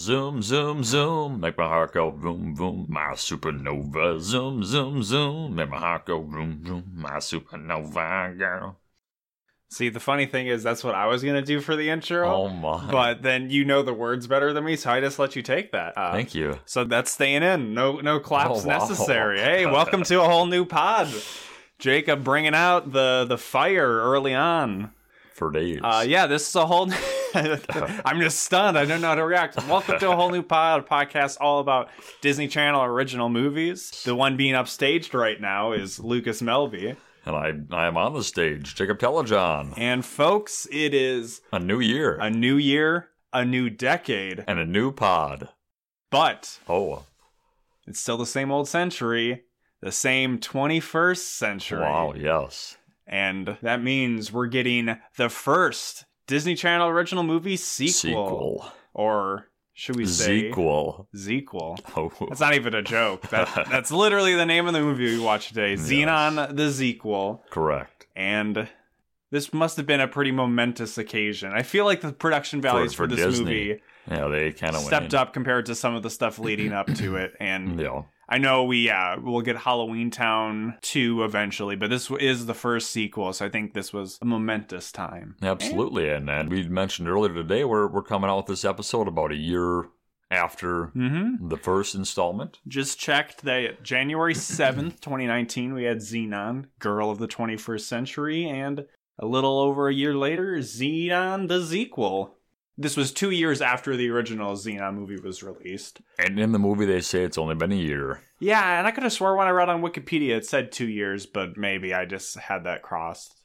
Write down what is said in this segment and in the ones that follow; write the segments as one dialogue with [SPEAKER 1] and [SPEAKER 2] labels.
[SPEAKER 1] zoom, zoom. Make my heart go vroom, vroom. My supernova, zoom, zoom, zoom. Make my heart go vroom, vroom. My supernova girl.
[SPEAKER 2] See, the funny thing is, that's what I was gonna do for the intro,
[SPEAKER 1] Oh my!
[SPEAKER 2] but then you know the words better than me, so I just let you take that. Uh,
[SPEAKER 1] Thank you.
[SPEAKER 2] So that's staying in. No, no claps
[SPEAKER 1] Oh, wow.
[SPEAKER 2] necessary. Hey, welcome to a whole new pod. Jacob bringing out the the fire early on.
[SPEAKER 1] For days.
[SPEAKER 2] Uh, yeah, this is a whole. I'm just stunned. I don't know how to react. Welcome to a whole new pod a podcast, all about Disney Channel original movies. The one being upstaged right now is Lucas Melby.
[SPEAKER 1] And I, I am on the stage, Jacob Telejohn.
[SPEAKER 2] And folks, it is
[SPEAKER 1] A new year
[SPEAKER 2] a new year, a new decade,
[SPEAKER 1] and a new pod.
[SPEAKER 2] but
[SPEAKER 1] Oh,
[SPEAKER 2] it's still the same old century, the same 21st century.
[SPEAKER 1] wow! Yes.
[SPEAKER 2] And that means we're getting the first Disney Channel original movie sequel.
[SPEAKER 1] Sequel.
[SPEAKER 2] Or should we say
[SPEAKER 1] Sequel.
[SPEAKER 2] Zequel.
[SPEAKER 1] Oh,
[SPEAKER 2] That's not even a joke. That, that's literally the name of the movie we watched today
[SPEAKER 1] Yes.
[SPEAKER 2] Xenon the Zequel.
[SPEAKER 1] correct.
[SPEAKER 2] And this must have been a pretty momentous occasion. I feel like the production values for,
[SPEAKER 1] for
[SPEAKER 2] this
[SPEAKER 1] Disney,
[SPEAKER 2] movie
[SPEAKER 1] Yeah, they kind of
[SPEAKER 2] stepped up compared to some of the stuff leading up to it. And
[SPEAKER 1] Yeah.
[SPEAKER 2] I know we uh, we'll get Halloween Town 2 eventually, but this is the first sequel, so I think this was a momentous time.
[SPEAKER 1] Absolutely, and and we mentioned earlier today we're we're coming out with this episode about a year after
[SPEAKER 2] Mm-hmm.
[SPEAKER 1] the first installment.
[SPEAKER 2] Just checked that January 7th, 2019, we had Xenon, Girl of the 21st Century, and a little over a year later, Xenon the sequel. This was two years after the original Xenon movie was released.
[SPEAKER 1] And in the movie, they say it's only been a year.
[SPEAKER 2] Yeah, and I could have swore when I read on Wikipedia it said two years, but maybe I just had that crossed.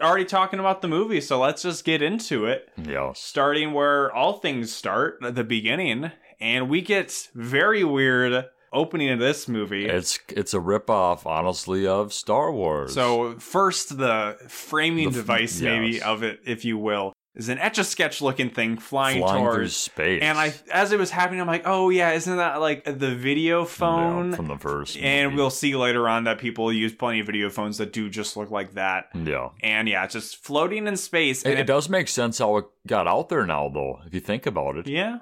[SPEAKER 2] Already talking about the movie, so let's just get into it
[SPEAKER 1] Yes,
[SPEAKER 2] starting where all things start at the beginning and we get very weird opening of this movie
[SPEAKER 1] it's it's a ripoff, honestly, of Star Wars.
[SPEAKER 2] so first the framing
[SPEAKER 1] The f-
[SPEAKER 2] device
[SPEAKER 1] yes.
[SPEAKER 2] maybe of it if you will is an etch-a-sketch looking thing flying,
[SPEAKER 1] flying through
[SPEAKER 2] towards
[SPEAKER 1] space,
[SPEAKER 2] and i as it was happening i'm like oh yeah isn't that like the video
[SPEAKER 1] Yeah,
[SPEAKER 2] phone
[SPEAKER 1] from the first,
[SPEAKER 2] and
[SPEAKER 1] movie.
[SPEAKER 2] we'll see later on that people use plenty of video phones that do just look like that
[SPEAKER 1] yeah.
[SPEAKER 2] and yeah it's just floating in space and
[SPEAKER 1] It, it does make sense how it got out there now, though, if you think about it.
[SPEAKER 2] Yeah.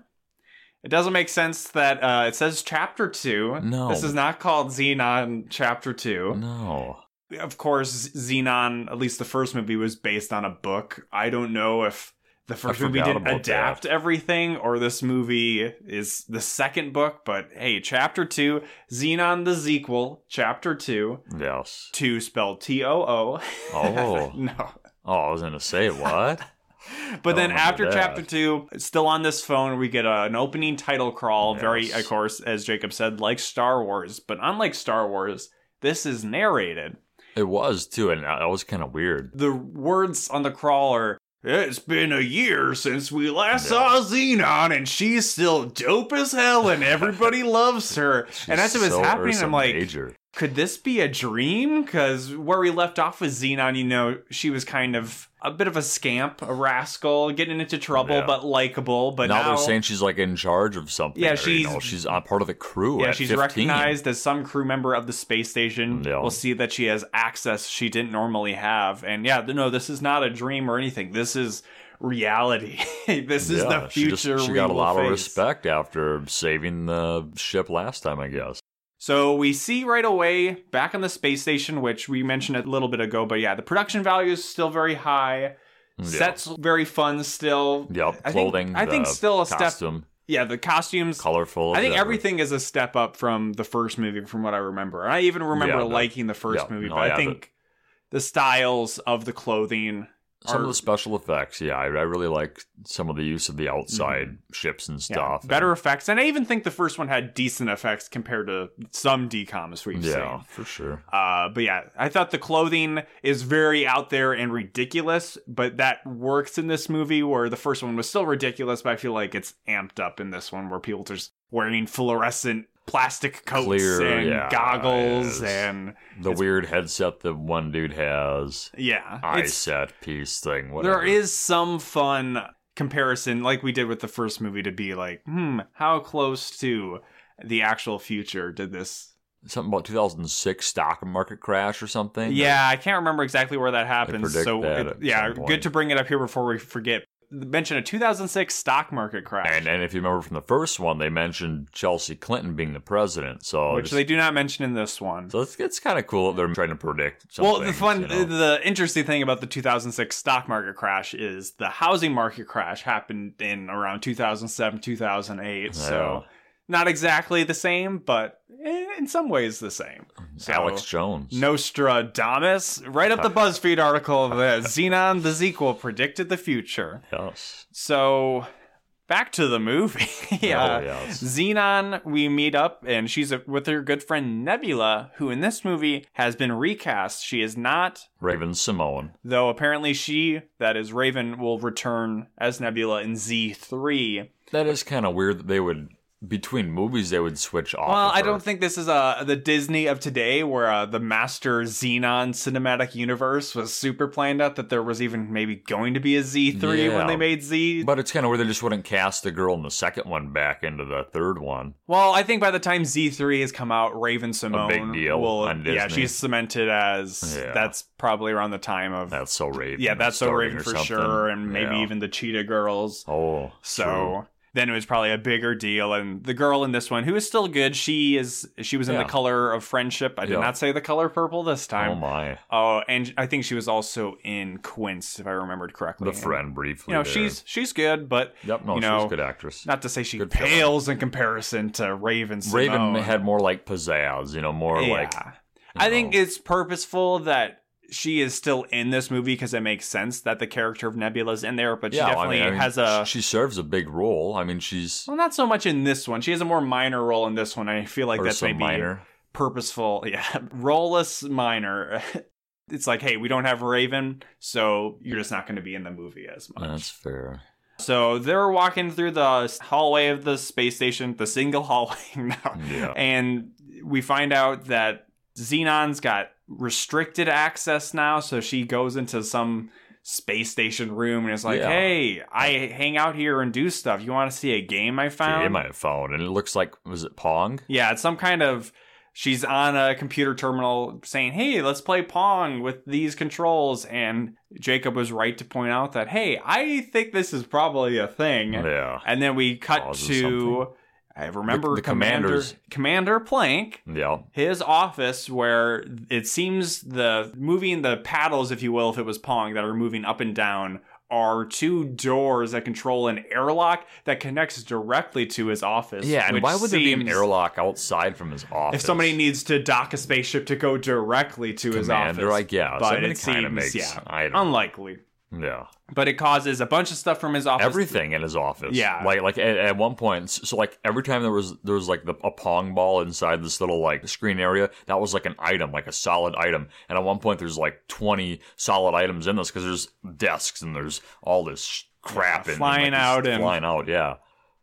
[SPEAKER 2] It doesn't make sense that uh, it says chapter two.
[SPEAKER 1] No.
[SPEAKER 2] This is not called Xenon chapter two.
[SPEAKER 1] No,
[SPEAKER 2] Of course, Xenon, at least the first movie, was based on a book. I don't know if the first movie
[SPEAKER 1] forgot
[SPEAKER 2] didn't
[SPEAKER 1] about
[SPEAKER 2] adapt everything or this movie is the second book, but hey, chapter two, Xenon the sequel, chapter two,
[SPEAKER 1] yes.
[SPEAKER 2] two spelled T O O.
[SPEAKER 1] Oh.
[SPEAKER 2] no.
[SPEAKER 1] Oh, I was gonna say what?
[SPEAKER 2] But
[SPEAKER 1] I
[SPEAKER 2] then
[SPEAKER 1] remember
[SPEAKER 2] after
[SPEAKER 1] that.
[SPEAKER 2] chapter two, still on this phone, we get a, an opening title crawl. Very,
[SPEAKER 1] Yes.
[SPEAKER 2] of course, as Jacob said, like Star Wars. But unlike Star Wars, this is narrated.
[SPEAKER 1] it was too, and that was kind of weird.
[SPEAKER 2] The words on the crawl are, It's been a year since we last saw Xenon, and she's still dope as hell, and everybody loves her. and as it was
[SPEAKER 1] So
[SPEAKER 2] happening,
[SPEAKER 1] Ursa
[SPEAKER 2] I'm like,
[SPEAKER 1] major.
[SPEAKER 2] could this be a dream? Because where we left off with Xenon, you know, she was kind of a bit of a scamp, a rascal, getting into trouble,
[SPEAKER 1] Yeah.
[SPEAKER 2] but likable. But
[SPEAKER 1] now,
[SPEAKER 2] now,
[SPEAKER 1] they're saying she's like in charge of something.
[SPEAKER 2] Yeah,
[SPEAKER 1] or, you
[SPEAKER 2] she's-
[SPEAKER 1] know, she's a part of the crew.
[SPEAKER 2] yeah,
[SPEAKER 1] at
[SPEAKER 2] she's
[SPEAKER 1] 15.
[SPEAKER 2] recognized as some crew member of the space station.
[SPEAKER 1] Yeah.
[SPEAKER 2] We'll see that she has access she didn't normally have. And yeah, no, this is not a dream or anything. This is reality. this is
[SPEAKER 1] Yeah,
[SPEAKER 2] the
[SPEAKER 1] she
[SPEAKER 2] future.
[SPEAKER 1] just- She,
[SPEAKER 2] we
[SPEAKER 1] got a
[SPEAKER 2] will
[SPEAKER 1] lot of
[SPEAKER 2] face.
[SPEAKER 1] respect after saving the ship last time, I guess.
[SPEAKER 2] So we see right away back on the space station, which we mentioned a little bit ago, but yeah, the production value is still very high.
[SPEAKER 1] Yeah.
[SPEAKER 2] Sets very fun still.
[SPEAKER 1] Yep,
[SPEAKER 2] I think-
[SPEAKER 1] clothing.
[SPEAKER 2] I think
[SPEAKER 1] the
[SPEAKER 2] still a step-
[SPEAKER 1] costume,
[SPEAKER 2] Yeah, the costumes.
[SPEAKER 1] colorful.
[SPEAKER 2] I think
[SPEAKER 1] the-
[SPEAKER 2] everything is a step up from the first movie, from what I remember. And I even remember
[SPEAKER 1] Yeah, the-
[SPEAKER 2] liking the first
[SPEAKER 1] yeah,
[SPEAKER 2] movie,
[SPEAKER 1] no,
[SPEAKER 2] but I
[SPEAKER 1] yeah,
[SPEAKER 2] think the styles of the clothing.
[SPEAKER 1] some
[SPEAKER 2] are-
[SPEAKER 1] of the special effects. Yeah, I, I really like some of the use of the outside ships and
[SPEAKER 2] Mm-hmm. yeah,
[SPEAKER 1] stuff. and-
[SPEAKER 2] better effects, and I even think the first one had decent effects compared to some DComs we've
[SPEAKER 1] yeah,
[SPEAKER 2] seen.
[SPEAKER 1] for sure.
[SPEAKER 2] Uh, but yeah, I thought the clothing is very out there and ridiculous, but that works in this movie where the first one was still ridiculous, but I feel like it's amped up in this one where people just wearing fluorescent plastic coats
[SPEAKER 1] Clear,
[SPEAKER 2] and
[SPEAKER 1] yeah, yes.
[SPEAKER 2] goggles and
[SPEAKER 1] The weird headset that one dude has,
[SPEAKER 2] yeah.
[SPEAKER 1] eye
[SPEAKER 2] it's-
[SPEAKER 1] set piece thing. Whatever.
[SPEAKER 2] there is some fun comparison like we did with the first movie to be like, hmm, how close to the actual future did this
[SPEAKER 1] something about 2006 stock market crash or something.
[SPEAKER 2] Yeah, I can't remember exactly where that happens.
[SPEAKER 1] predict
[SPEAKER 2] So
[SPEAKER 1] that
[SPEAKER 2] it-
[SPEAKER 1] at
[SPEAKER 2] yeah,
[SPEAKER 1] some point.
[SPEAKER 2] good to bring it up here before we forget. mention a 2006 stock market crash,
[SPEAKER 1] And and if you remember from the first one, they mentioned Chelsea Clinton being the president. So
[SPEAKER 2] which
[SPEAKER 1] just-
[SPEAKER 2] they do not mention in this one.
[SPEAKER 1] so it's, it's kind of cool that they're trying to predict. Some
[SPEAKER 2] Well, the
[SPEAKER 1] things,
[SPEAKER 2] fun,
[SPEAKER 1] you know?
[SPEAKER 2] the interesting thing about the 2006 stock market crash is the housing market crash happened in around 2007, 2008. So
[SPEAKER 1] Yeah.
[SPEAKER 2] not exactly the same, but eh, in some ways the same. So,
[SPEAKER 1] Mm-hmm. Alex Jones.
[SPEAKER 2] Nostradamus, right up the BuzzFeed article of the Xenon the sequel predicted the future.
[SPEAKER 1] Yes.
[SPEAKER 2] So back to the movie. yeah.
[SPEAKER 1] Oh, yes.
[SPEAKER 2] Xenon, we meet up, and she's with her good friend Nebula, who in this movie has been recast. She is not
[SPEAKER 1] Raven Simone.
[SPEAKER 2] though apparently she, that is Raven, will return as Nebula in Z3.
[SPEAKER 1] That is kind of weird that they would between movies they would switch off.
[SPEAKER 2] Well,
[SPEAKER 1] of
[SPEAKER 2] I
[SPEAKER 1] her.
[SPEAKER 2] don't think this is uh, the Disney of today where uh, the master Xenon cinematic universe was super planned out that there was even maybe going to be a Z3
[SPEAKER 1] Yeah.
[SPEAKER 2] when they made Z.
[SPEAKER 1] But it's kind of weird they just wouldn't cast the girl in the second one back into the third one.
[SPEAKER 2] well, I think by the time Z3 has come out, Raven Simone
[SPEAKER 1] big deal
[SPEAKER 2] will
[SPEAKER 1] on
[SPEAKER 2] yeah,
[SPEAKER 1] Disney.
[SPEAKER 2] she's cemented as
[SPEAKER 1] Yeah.
[SPEAKER 2] that's probably around the time of
[SPEAKER 1] That's so Raven.
[SPEAKER 2] yeah, that's so
[SPEAKER 1] starting
[SPEAKER 2] Raven
[SPEAKER 1] or
[SPEAKER 2] for
[SPEAKER 1] something.
[SPEAKER 2] sure and maybe
[SPEAKER 1] Yeah.
[SPEAKER 2] even the Cheetah Girls.
[SPEAKER 1] Oh,
[SPEAKER 2] So
[SPEAKER 1] true.
[SPEAKER 2] then it was probably a bigger deal. And the girl in this one, who is still good, she is she was in
[SPEAKER 1] Yeah.
[SPEAKER 2] the color of friendship. I did
[SPEAKER 1] Yeah.
[SPEAKER 2] not say the color purple this
[SPEAKER 1] oh
[SPEAKER 2] time.
[SPEAKER 1] my,
[SPEAKER 2] Oh, and I think she was also in Quince, if I remembered correctly.
[SPEAKER 1] the
[SPEAKER 2] And,
[SPEAKER 1] friend briefly.
[SPEAKER 2] You know,
[SPEAKER 1] there.
[SPEAKER 2] she's she's good, but
[SPEAKER 1] yep, no,
[SPEAKER 2] you
[SPEAKER 1] she's
[SPEAKER 2] know,
[SPEAKER 1] a good actress.
[SPEAKER 2] not to say she
[SPEAKER 1] Good film.
[SPEAKER 2] pales in comparison to Raven.
[SPEAKER 1] Raven
[SPEAKER 2] Simone.
[SPEAKER 1] had more like pizzazz, you know, more
[SPEAKER 2] yeah.
[SPEAKER 1] like.
[SPEAKER 2] I think
[SPEAKER 1] know.
[SPEAKER 2] it's purposeful that she is still in this movie because it makes sense that the character of Nebula's in there, but she
[SPEAKER 1] yeah, I mean-
[SPEAKER 2] definitely
[SPEAKER 1] I mean,
[SPEAKER 2] has a
[SPEAKER 1] She serves a big role. I mean, she's
[SPEAKER 2] Well, not so much in this one. She has a more minor role in this one. I feel like that's
[SPEAKER 1] Ursa
[SPEAKER 2] maybe
[SPEAKER 1] Minor.
[SPEAKER 2] purposeful. Yeah, roleless minor. it's like, hey, we don't have Raven, so you're just not going to be in the movie as much.
[SPEAKER 1] That's fair.
[SPEAKER 2] So they're walking through the hallway of the space station, the single hallway now,
[SPEAKER 1] Yeah.
[SPEAKER 2] and we find out that Xenon's got restricted access now. So she goes into some space station room and is like,
[SPEAKER 1] Yeah.
[SPEAKER 2] hey, I hang out here and do stuff. You want to see a game I found?
[SPEAKER 1] Gee, my phone, and it looks like was it Pong?
[SPEAKER 2] Yeah, it's some kind of she's on a computer terminal saying, "Hey, let's play Pong with these controls." And Jacob was right to point out that, "Hey, I think this is probably a thing."
[SPEAKER 1] Yeah,
[SPEAKER 2] And then we cut
[SPEAKER 1] Causes
[SPEAKER 2] to
[SPEAKER 1] something.
[SPEAKER 2] I remember
[SPEAKER 1] The- the commanders.
[SPEAKER 2] Commander Plank
[SPEAKER 1] yeah.
[SPEAKER 2] his office where it seems the moving the paddles if you will if it was pong that are moving up and down are two doors that control an airlock that connects directly to his office
[SPEAKER 1] Yeah, and
[SPEAKER 2] which
[SPEAKER 1] why would there be an
[SPEAKER 2] seems-
[SPEAKER 1] airlock outside from his office?
[SPEAKER 2] if somebody needs to dock a spaceship to go directly to his office
[SPEAKER 1] commander, I guess.
[SPEAKER 2] but
[SPEAKER 1] I mean,
[SPEAKER 2] it
[SPEAKER 1] it, kind of makes.
[SPEAKER 2] seems, yeah, Um,
[SPEAKER 1] I don't,
[SPEAKER 2] unlikely
[SPEAKER 1] yeah,
[SPEAKER 2] but it causes a bunch of stuff from his office
[SPEAKER 1] everything in his office.
[SPEAKER 2] Yeah.
[SPEAKER 1] like like at, at one point, s- so like every time there was there was like the, a pong ball inside this little like screen area that was like an item, like a solid item. And at one point, there's like twenty solid items in this because there's desks and there's all this sh- crap
[SPEAKER 2] Yeah,
[SPEAKER 1] and
[SPEAKER 2] flying
[SPEAKER 1] and, like,
[SPEAKER 2] out
[SPEAKER 1] this-
[SPEAKER 2] and-
[SPEAKER 1] flying out. Yeah,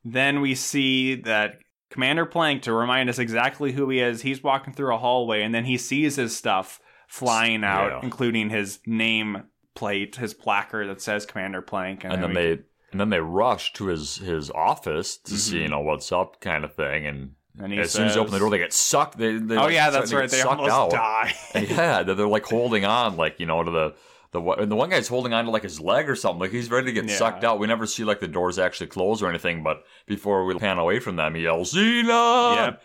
[SPEAKER 2] Then we see that Commander Plank, to remind us exactly who he is, he's walking through a hallway and then he sees his stuff flying out,
[SPEAKER 1] Yeah.
[SPEAKER 2] including his name plate, his placard that says Commander Plank.
[SPEAKER 1] and then
[SPEAKER 2] we-
[SPEAKER 1] they and then they rush to his his office to see you know what's up, kind of thing, and.
[SPEAKER 2] Mm-hmm. and he
[SPEAKER 1] As soon as you open the
[SPEAKER 2] says-
[SPEAKER 1] door, they get sucked. They, they
[SPEAKER 2] Oh,
[SPEAKER 1] like,
[SPEAKER 2] yeah,
[SPEAKER 1] start-
[SPEAKER 2] that's
[SPEAKER 1] they
[SPEAKER 2] right.
[SPEAKER 1] get
[SPEAKER 2] They
[SPEAKER 1] sucked
[SPEAKER 2] almost
[SPEAKER 1] out.
[SPEAKER 2] die.
[SPEAKER 1] yeah, they're, they're like holding on, like you know, to the the one- and the one guy's holding on to like his leg or something. Like he's ready to get
[SPEAKER 2] Yeah.
[SPEAKER 1] sucked out. We never see like the doors actually close or anything. But before we pan away from them, he yells, "Xena!"
[SPEAKER 2] yep.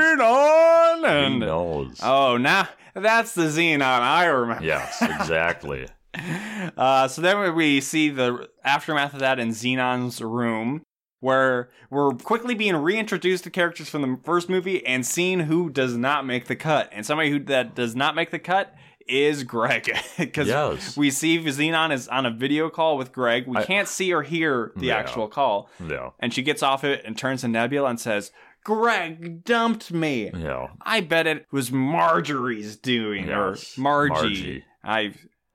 [SPEAKER 2] Xenon!
[SPEAKER 1] He
[SPEAKER 2] And,
[SPEAKER 1] knows.
[SPEAKER 2] oh, now that's the Xenon I remember.
[SPEAKER 1] Yes, exactly.
[SPEAKER 2] Uh, so then we see the aftermath of that in Xenon's room, where we're quickly being reintroduced to characters from the first movie and seeing who does not make the cut. And somebody who that does not make the cut is Greg, because
[SPEAKER 1] yes.
[SPEAKER 2] we see Xenon is on a video call with Greg. We
[SPEAKER 1] I-
[SPEAKER 2] can't see or hear the
[SPEAKER 1] Yeah.
[SPEAKER 2] actual call,
[SPEAKER 1] yeah.
[SPEAKER 2] and she gets off it and turns to Nebula and says, "Greg dumped me."
[SPEAKER 1] Yeah.
[SPEAKER 2] I bet it was Marjorie's doing
[SPEAKER 1] Yes,
[SPEAKER 2] or Margie.
[SPEAKER 1] Margie.
[SPEAKER 2] I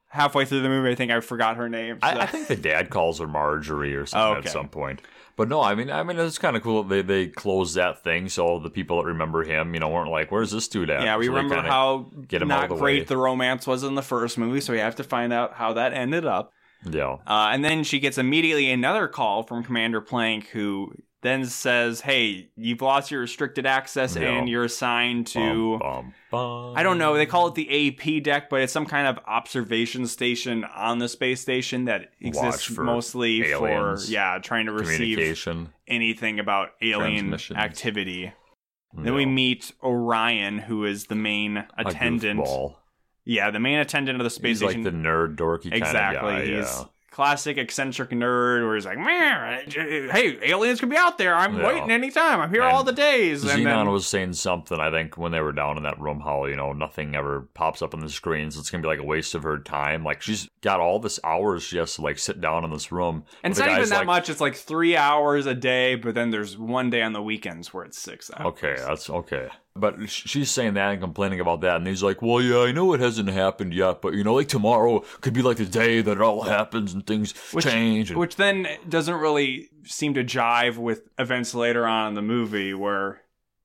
[SPEAKER 2] halfway through the movie, I think I forgot her name. so-
[SPEAKER 1] I, I think the dad calls her Marjorie or something
[SPEAKER 2] Okay.
[SPEAKER 1] at some point. But no, I mean, I mean, it's kind of cool that they they closed that thing, so the people that remember him, you know, weren't like, "Where's this dude at?"
[SPEAKER 2] yeah, we
[SPEAKER 1] So they
[SPEAKER 2] remember
[SPEAKER 1] kinda-
[SPEAKER 2] how
[SPEAKER 1] get 'em
[SPEAKER 2] not
[SPEAKER 1] out of the
[SPEAKER 2] great
[SPEAKER 1] way.
[SPEAKER 2] the romance was in the first movie, so we have to find out how that ended up.
[SPEAKER 1] Yeah.
[SPEAKER 2] Uh, and then she gets immediately another call from Commander Plank, who then says, "Hey, you've lost your restricted access
[SPEAKER 1] Yeah.
[SPEAKER 2] and you're assigned to."
[SPEAKER 1] Bum, bum, bum.
[SPEAKER 2] I don't know. They call it the AP deck, but it's some kind of observation station on the space station that exists
[SPEAKER 1] Watch for
[SPEAKER 2] mostly
[SPEAKER 1] aliens.
[SPEAKER 2] for yeah, trying to receive
[SPEAKER 1] communication.
[SPEAKER 2] anything about alien
[SPEAKER 1] Transmissions.
[SPEAKER 2] activity. Then we
[SPEAKER 1] No.
[SPEAKER 2] meet Orion, who is the main
[SPEAKER 1] A
[SPEAKER 2] attendant.
[SPEAKER 1] goofball.
[SPEAKER 2] Yeah, the main attendant of the space
[SPEAKER 1] He's like
[SPEAKER 2] station.
[SPEAKER 1] the nerd dorky
[SPEAKER 2] exactly.
[SPEAKER 1] kind of guy.
[SPEAKER 2] He's
[SPEAKER 1] yeah.
[SPEAKER 2] classic eccentric nerd, where he's like, "Man, hey, aliens could be out there. I'm
[SPEAKER 1] Yeah.
[SPEAKER 2] waiting anytime. I'm here
[SPEAKER 1] And
[SPEAKER 2] all the days." And
[SPEAKER 1] Xenon
[SPEAKER 2] then,
[SPEAKER 1] was saying something, I think, when they were down in that room, how, you know, nothing ever pops up on the screen, so it's going to be like a waste of her time. Like, she's got all this hours she has to, like, sit down in this room.
[SPEAKER 2] and
[SPEAKER 1] But
[SPEAKER 2] it's
[SPEAKER 1] the
[SPEAKER 2] not even
[SPEAKER 1] guy's
[SPEAKER 2] that
[SPEAKER 1] like,
[SPEAKER 2] much. It's like three hours a day, but then there's one day on the weekends where it's six hours.
[SPEAKER 1] Okay, that's okay. But sh- she's saying that and complaining about that, and he's like, "Well, yeah, I know it hasn't happened yet, but you know, like tomorrow could be like the day that it all happens and things
[SPEAKER 2] Which-
[SPEAKER 1] change." And,
[SPEAKER 2] which then doesn't really seem to jive with events later on in the movie where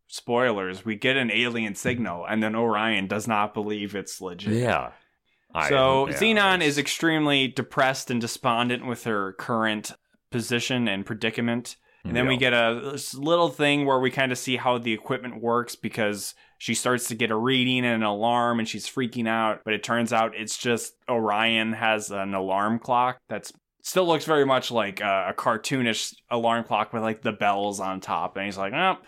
[SPEAKER 2] spoilers we get an alien signal and then orion does not believe it's legit
[SPEAKER 1] yeah. I-
[SPEAKER 2] so
[SPEAKER 1] yeah,
[SPEAKER 2] xenon
[SPEAKER 1] it's-
[SPEAKER 2] is extremely depressed and despondent with her current position and predicament and then we
[SPEAKER 1] yeah.
[SPEAKER 2] get a this little thing where we kind of see how the equipment works because she starts to get a reading and an alarm and she's freaking out. But it turns out it's just Orion has an alarm clock that's still looks very much like a, a cartoonish alarm clock with like the bells on top. And he's like, oh,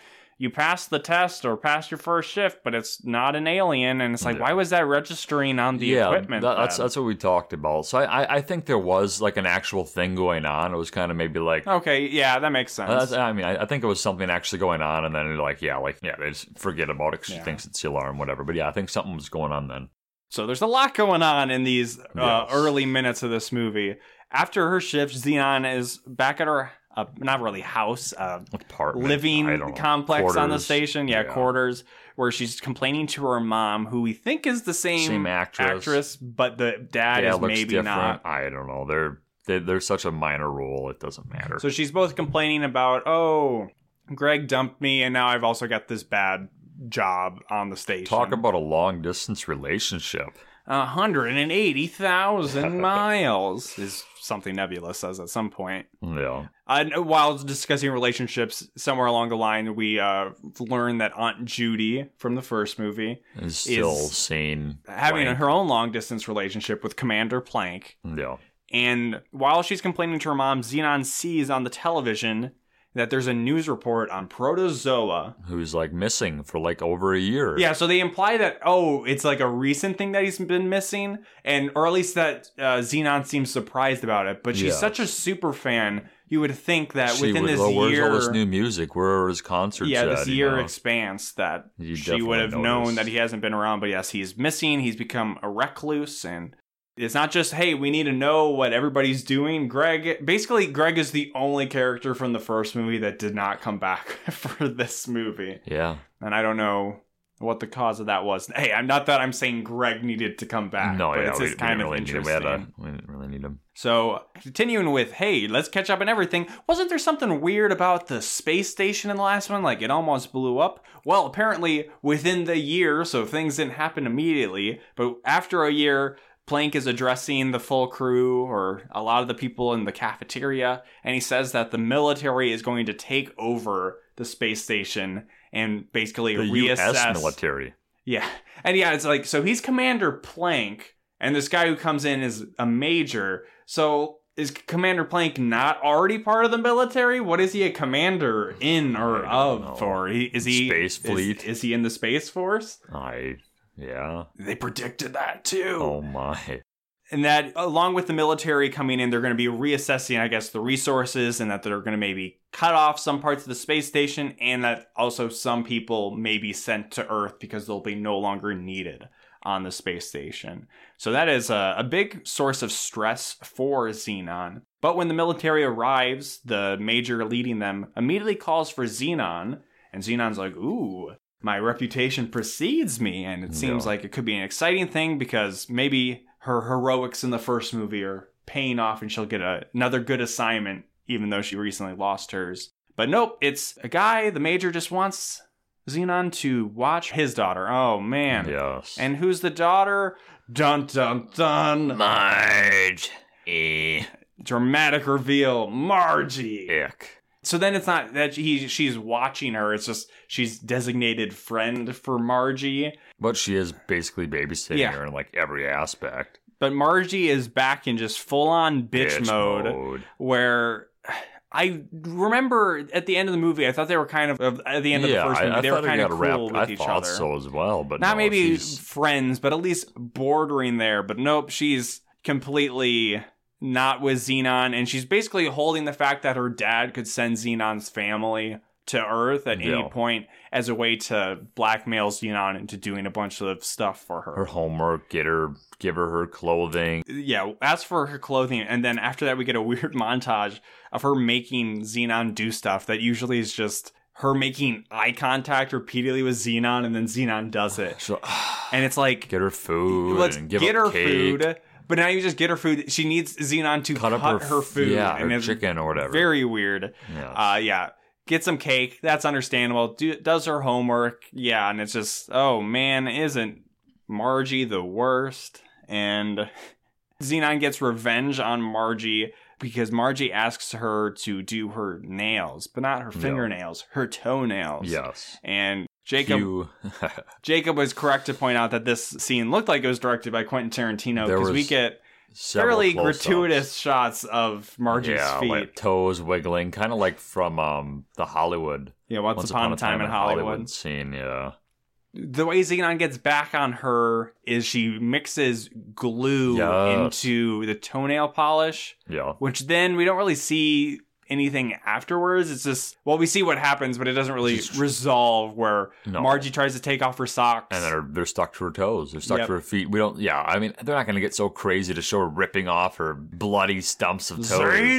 [SPEAKER 2] you passed the test or passed your first shift, but it's not an alien. And it's like,
[SPEAKER 1] Yeah.
[SPEAKER 2] why was that registering on the equipment?
[SPEAKER 1] that- that's
[SPEAKER 2] then?
[SPEAKER 1] that's what we talked about. So I, I I think there was like an actual thing going on. It was kind of maybe like.
[SPEAKER 2] okay. Yeah, that makes sense.
[SPEAKER 1] That's- I mean, I, I think it was something actually going on, and then like, yeah, like, yeah, they just forget about it 'cause
[SPEAKER 2] Yeah.
[SPEAKER 1] she thinks it's the alarm, whatever. But yeah, I think something was going on then.
[SPEAKER 2] So there's a lot going on in these uh,
[SPEAKER 1] Yes.
[SPEAKER 2] early minutes of this movie. After her shift, Xenon is back at her, uh, not really house, uh,
[SPEAKER 1] Apartment, I don't
[SPEAKER 2] living
[SPEAKER 1] know,
[SPEAKER 2] complex on the
[SPEAKER 1] quarters.
[SPEAKER 2] station. Yeah,
[SPEAKER 1] Yeah.
[SPEAKER 2] quarters, where she's complaining to her mom, who we think is the same,
[SPEAKER 1] Same actress.
[SPEAKER 2] but the dad
[SPEAKER 1] yeah,
[SPEAKER 2] is
[SPEAKER 1] it looks
[SPEAKER 2] maybe
[SPEAKER 1] different.
[SPEAKER 2] not.
[SPEAKER 1] I don't know. They're they, they're such a minor role. It doesn't matter.
[SPEAKER 2] So she's both complaining about, oh, Greg dumped me, and now I've also got this bad job on the station.
[SPEAKER 1] Talk about a long distance relationship.
[SPEAKER 2] 180,000 miles is something Nebula says at some point.
[SPEAKER 1] Yeah,
[SPEAKER 2] Uh, no, while discussing relationships, somewhere along the line, we uh, learned that Aunt Judy from the first movie
[SPEAKER 1] is still
[SPEAKER 2] Is
[SPEAKER 1] seen
[SPEAKER 2] having
[SPEAKER 1] blank.
[SPEAKER 2] her own long distance relationship with Commander Plank.
[SPEAKER 1] Yeah,
[SPEAKER 2] And while she's complaining to her mom, Xenon sees on the television that there's a news report on protozoa.
[SPEAKER 1] who's like missing for like over a year.
[SPEAKER 2] Yeah, so they imply that oh, it's like a recent thing that he's been missing, and or at least that uh, Xenon seems surprised about it. But she's
[SPEAKER 1] Yeah.
[SPEAKER 2] such a super fan, you would think that
[SPEAKER 1] She
[SPEAKER 2] within
[SPEAKER 1] would-
[SPEAKER 2] this
[SPEAKER 1] well, where's
[SPEAKER 2] year,
[SPEAKER 1] all this new music? Where are his concerts?
[SPEAKER 2] yeah, this
[SPEAKER 1] at, you
[SPEAKER 2] year
[SPEAKER 1] know?
[SPEAKER 2] expanse that
[SPEAKER 1] You
[SPEAKER 2] she
[SPEAKER 1] definitely
[SPEAKER 2] would have known
[SPEAKER 1] noticed.
[SPEAKER 2] that he hasn't been around. But yes, he's missing. He's become a recluse, and it's not just hey, we need to know what everybody's doing. Greg, basically, Greg is the only character from the first movie that did not come back for this movie,
[SPEAKER 1] Yeah,
[SPEAKER 2] and I don't know what the cause of that was. Hey, I'm not that I'm saying Greg needed to come back.
[SPEAKER 1] no,
[SPEAKER 2] but
[SPEAKER 1] yeah,
[SPEAKER 2] it's
[SPEAKER 1] we,
[SPEAKER 2] just
[SPEAKER 1] we
[SPEAKER 2] kind
[SPEAKER 1] didn't
[SPEAKER 2] of
[SPEAKER 1] really need him. We,
[SPEAKER 2] interesting.
[SPEAKER 1] had a, we didn't really need him.
[SPEAKER 2] So, continuing with, hey, let's catch up on everything. Wasn't there something weird about the space station in the last one? Like, it almost blew up? Well, apparently, within the year, so things didn't happen immediately, but after a year, Plank is addressing the full crew or a lot of the people in the cafeteria, and he says that the military is going to take over the space station and basically
[SPEAKER 1] The
[SPEAKER 2] reassess.
[SPEAKER 1] U.S. military.
[SPEAKER 2] Yeah. And yeah, it's like, so he's Commander Plank, and this guy who comes in is a major. So is Commander Plank not already part of the military? What is he a commander in or
[SPEAKER 1] I don't
[SPEAKER 2] of?
[SPEAKER 1] know.
[SPEAKER 2] Or he- is he.
[SPEAKER 1] Space
[SPEAKER 2] is-
[SPEAKER 1] fleet.
[SPEAKER 2] Is, he in the Space Force?
[SPEAKER 1] I yeah.
[SPEAKER 2] They predicted that too.
[SPEAKER 1] Oh my.
[SPEAKER 2] And that, along with the military coming in, they're going to be reassessing, I guess, the resources and that they're going to maybe cut off some parts of the space station and that also some people may be sent to Earth because they'll be no longer needed on the space station. So that is a, a big source of stress for Xenon. But when the military arrives, the major leading them immediately calls for Xenon, and Xenon's like, ooh, my reputation precedes me. And it seems
[SPEAKER 1] Yeah.
[SPEAKER 2] like it could be an exciting thing because maybe her heroics in the first movie are paying off and she'll get a, another good assignment, even though she recently lost hers. But nope, it's a guy, the major just wants Xenon to watch his daughter. Oh, man.
[SPEAKER 1] Yes.
[SPEAKER 2] And who's the daughter? Dun dun dun.
[SPEAKER 1] Marge. Eh.
[SPEAKER 2] Dramatic reveal. Margie.
[SPEAKER 1] Ick.
[SPEAKER 2] So then it's not that he she's watching her. It's just she's designated friend for Margie.
[SPEAKER 1] But she is basically babysitting
[SPEAKER 2] Yeah.
[SPEAKER 1] her in like every aspect.
[SPEAKER 2] But Margie is back in just full on bitch, mode, where I remember at the end of the movie, I thought they were kind of at the end
[SPEAKER 1] yeah,
[SPEAKER 2] of the first
[SPEAKER 1] I-
[SPEAKER 2] movie,
[SPEAKER 1] I,
[SPEAKER 2] they
[SPEAKER 1] thought
[SPEAKER 2] were
[SPEAKER 1] it
[SPEAKER 2] kind of
[SPEAKER 1] got
[SPEAKER 2] cool
[SPEAKER 1] wrapped.
[SPEAKER 2] with
[SPEAKER 1] I
[SPEAKER 2] each
[SPEAKER 1] thought
[SPEAKER 2] other.
[SPEAKER 1] so as well, but
[SPEAKER 2] not
[SPEAKER 1] no,
[SPEAKER 2] maybe
[SPEAKER 1] she's-
[SPEAKER 2] friends, but at least bordering there. But nope, she's completely not with Xenon, and she's basically holding the fact that her dad could send Xenon's family to Earth at
[SPEAKER 1] Yeah.
[SPEAKER 2] any point as a way to blackmail Xenon into doing a bunch of stuff for her.
[SPEAKER 1] her homework, get her, give her her clothing.
[SPEAKER 2] yeah, as for her clothing, and then after that, we get a weird montage of her making Xenon do stuff that usually is just her making eye contact repeatedly with Xenon, and then Xenon does it.
[SPEAKER 1] She'll,
[SPEAKER 2] And it's like,
[SPEAKER 1] get her food.
[SPEAKER 2] let's
[SPEAKER 1] and give
[SPEAKER 2] get
[SPEAKER 1] her,
[SPEAKER 2] her
[SPEAKER 1] cake,
[SPEAKER 2] food. But now you just get her food. She needs Xenon to
[SPEAKER 1] Cut
[SPEAKER 2] cut,
[SPEAKER 1] up her,
[SPEAKER 2] her, food.
[SPEAKER 1] yeah,
[SPEAKER 2] and
[SPEAKER 1] or
[SPEAKER 2] it's
[SPEAKER 1] chicken or whatever.
[SPEAKER 2] Very weird.
[SPEAKER 1] yeah.
[SPEAKER 2] Uh, yeah. Get some cake. That's understandable. Do, does her homework. Yeah. And it's just, oh man, isn't Margie the worst? And Xenon gets revenge on Margie because Margie asks her to do her nails, but not her
[SPEAKER 1] Yeah.
[SPEAKER 2] fingernails, her toenails.
[SPEAKER 1] yes.
[SPEAKER 2] And Jacob
[SPEAKER 1] You-
[SPEAKER 2] Jacob was correct to point out that this scene looked like it was directed by Quentin Tarantino
[SPEAKER 1] There
[SPEAKER 2] because we
[SPEAKER 1] was
[SPEAKER 2] get
[SPEAKER 1] several
[SPEAKER 2] fairly
[SPEAKER 1] close-ups.
[SPEAKER 2] gratuitous shots of Margie's
[SPEAKER 1] yeah,
[SPEAKER 2] feet.
[SPEAKER 1] like toes wiggling, kind of like from um the Hollywood.
[SPEAKER 2] yeah, once, upon, a time, in Hollywood.
[SPEAKER 1] scene. Yeah,
[SPEAKER 2] The way Xenon gets back on her is she mixes glue
[SPEAKER 1] Yes.
[SPEAKER 2] into the toenail polish,
[SPEAKER 1] yeah.
[SPEAKER 2] which then we don't really see anything afterwards. It's just, well, we see what happens, but it doesn't really
[SPEAKER 1] Just-
[SPEAKER 2] resolve where
[SPEAKER 1] No.
[SPEAKER 2] Margie tries to take off her socks.
[SPEAKER 1] and then her, they're stuck to her toes. They're stuck
[SPEAKER 2] Yep.
[SPEAKER 1] to her feet. We don't. Yeah, I mean, they're not going to get so crazy to show her ripping off her bloody stumps of toes.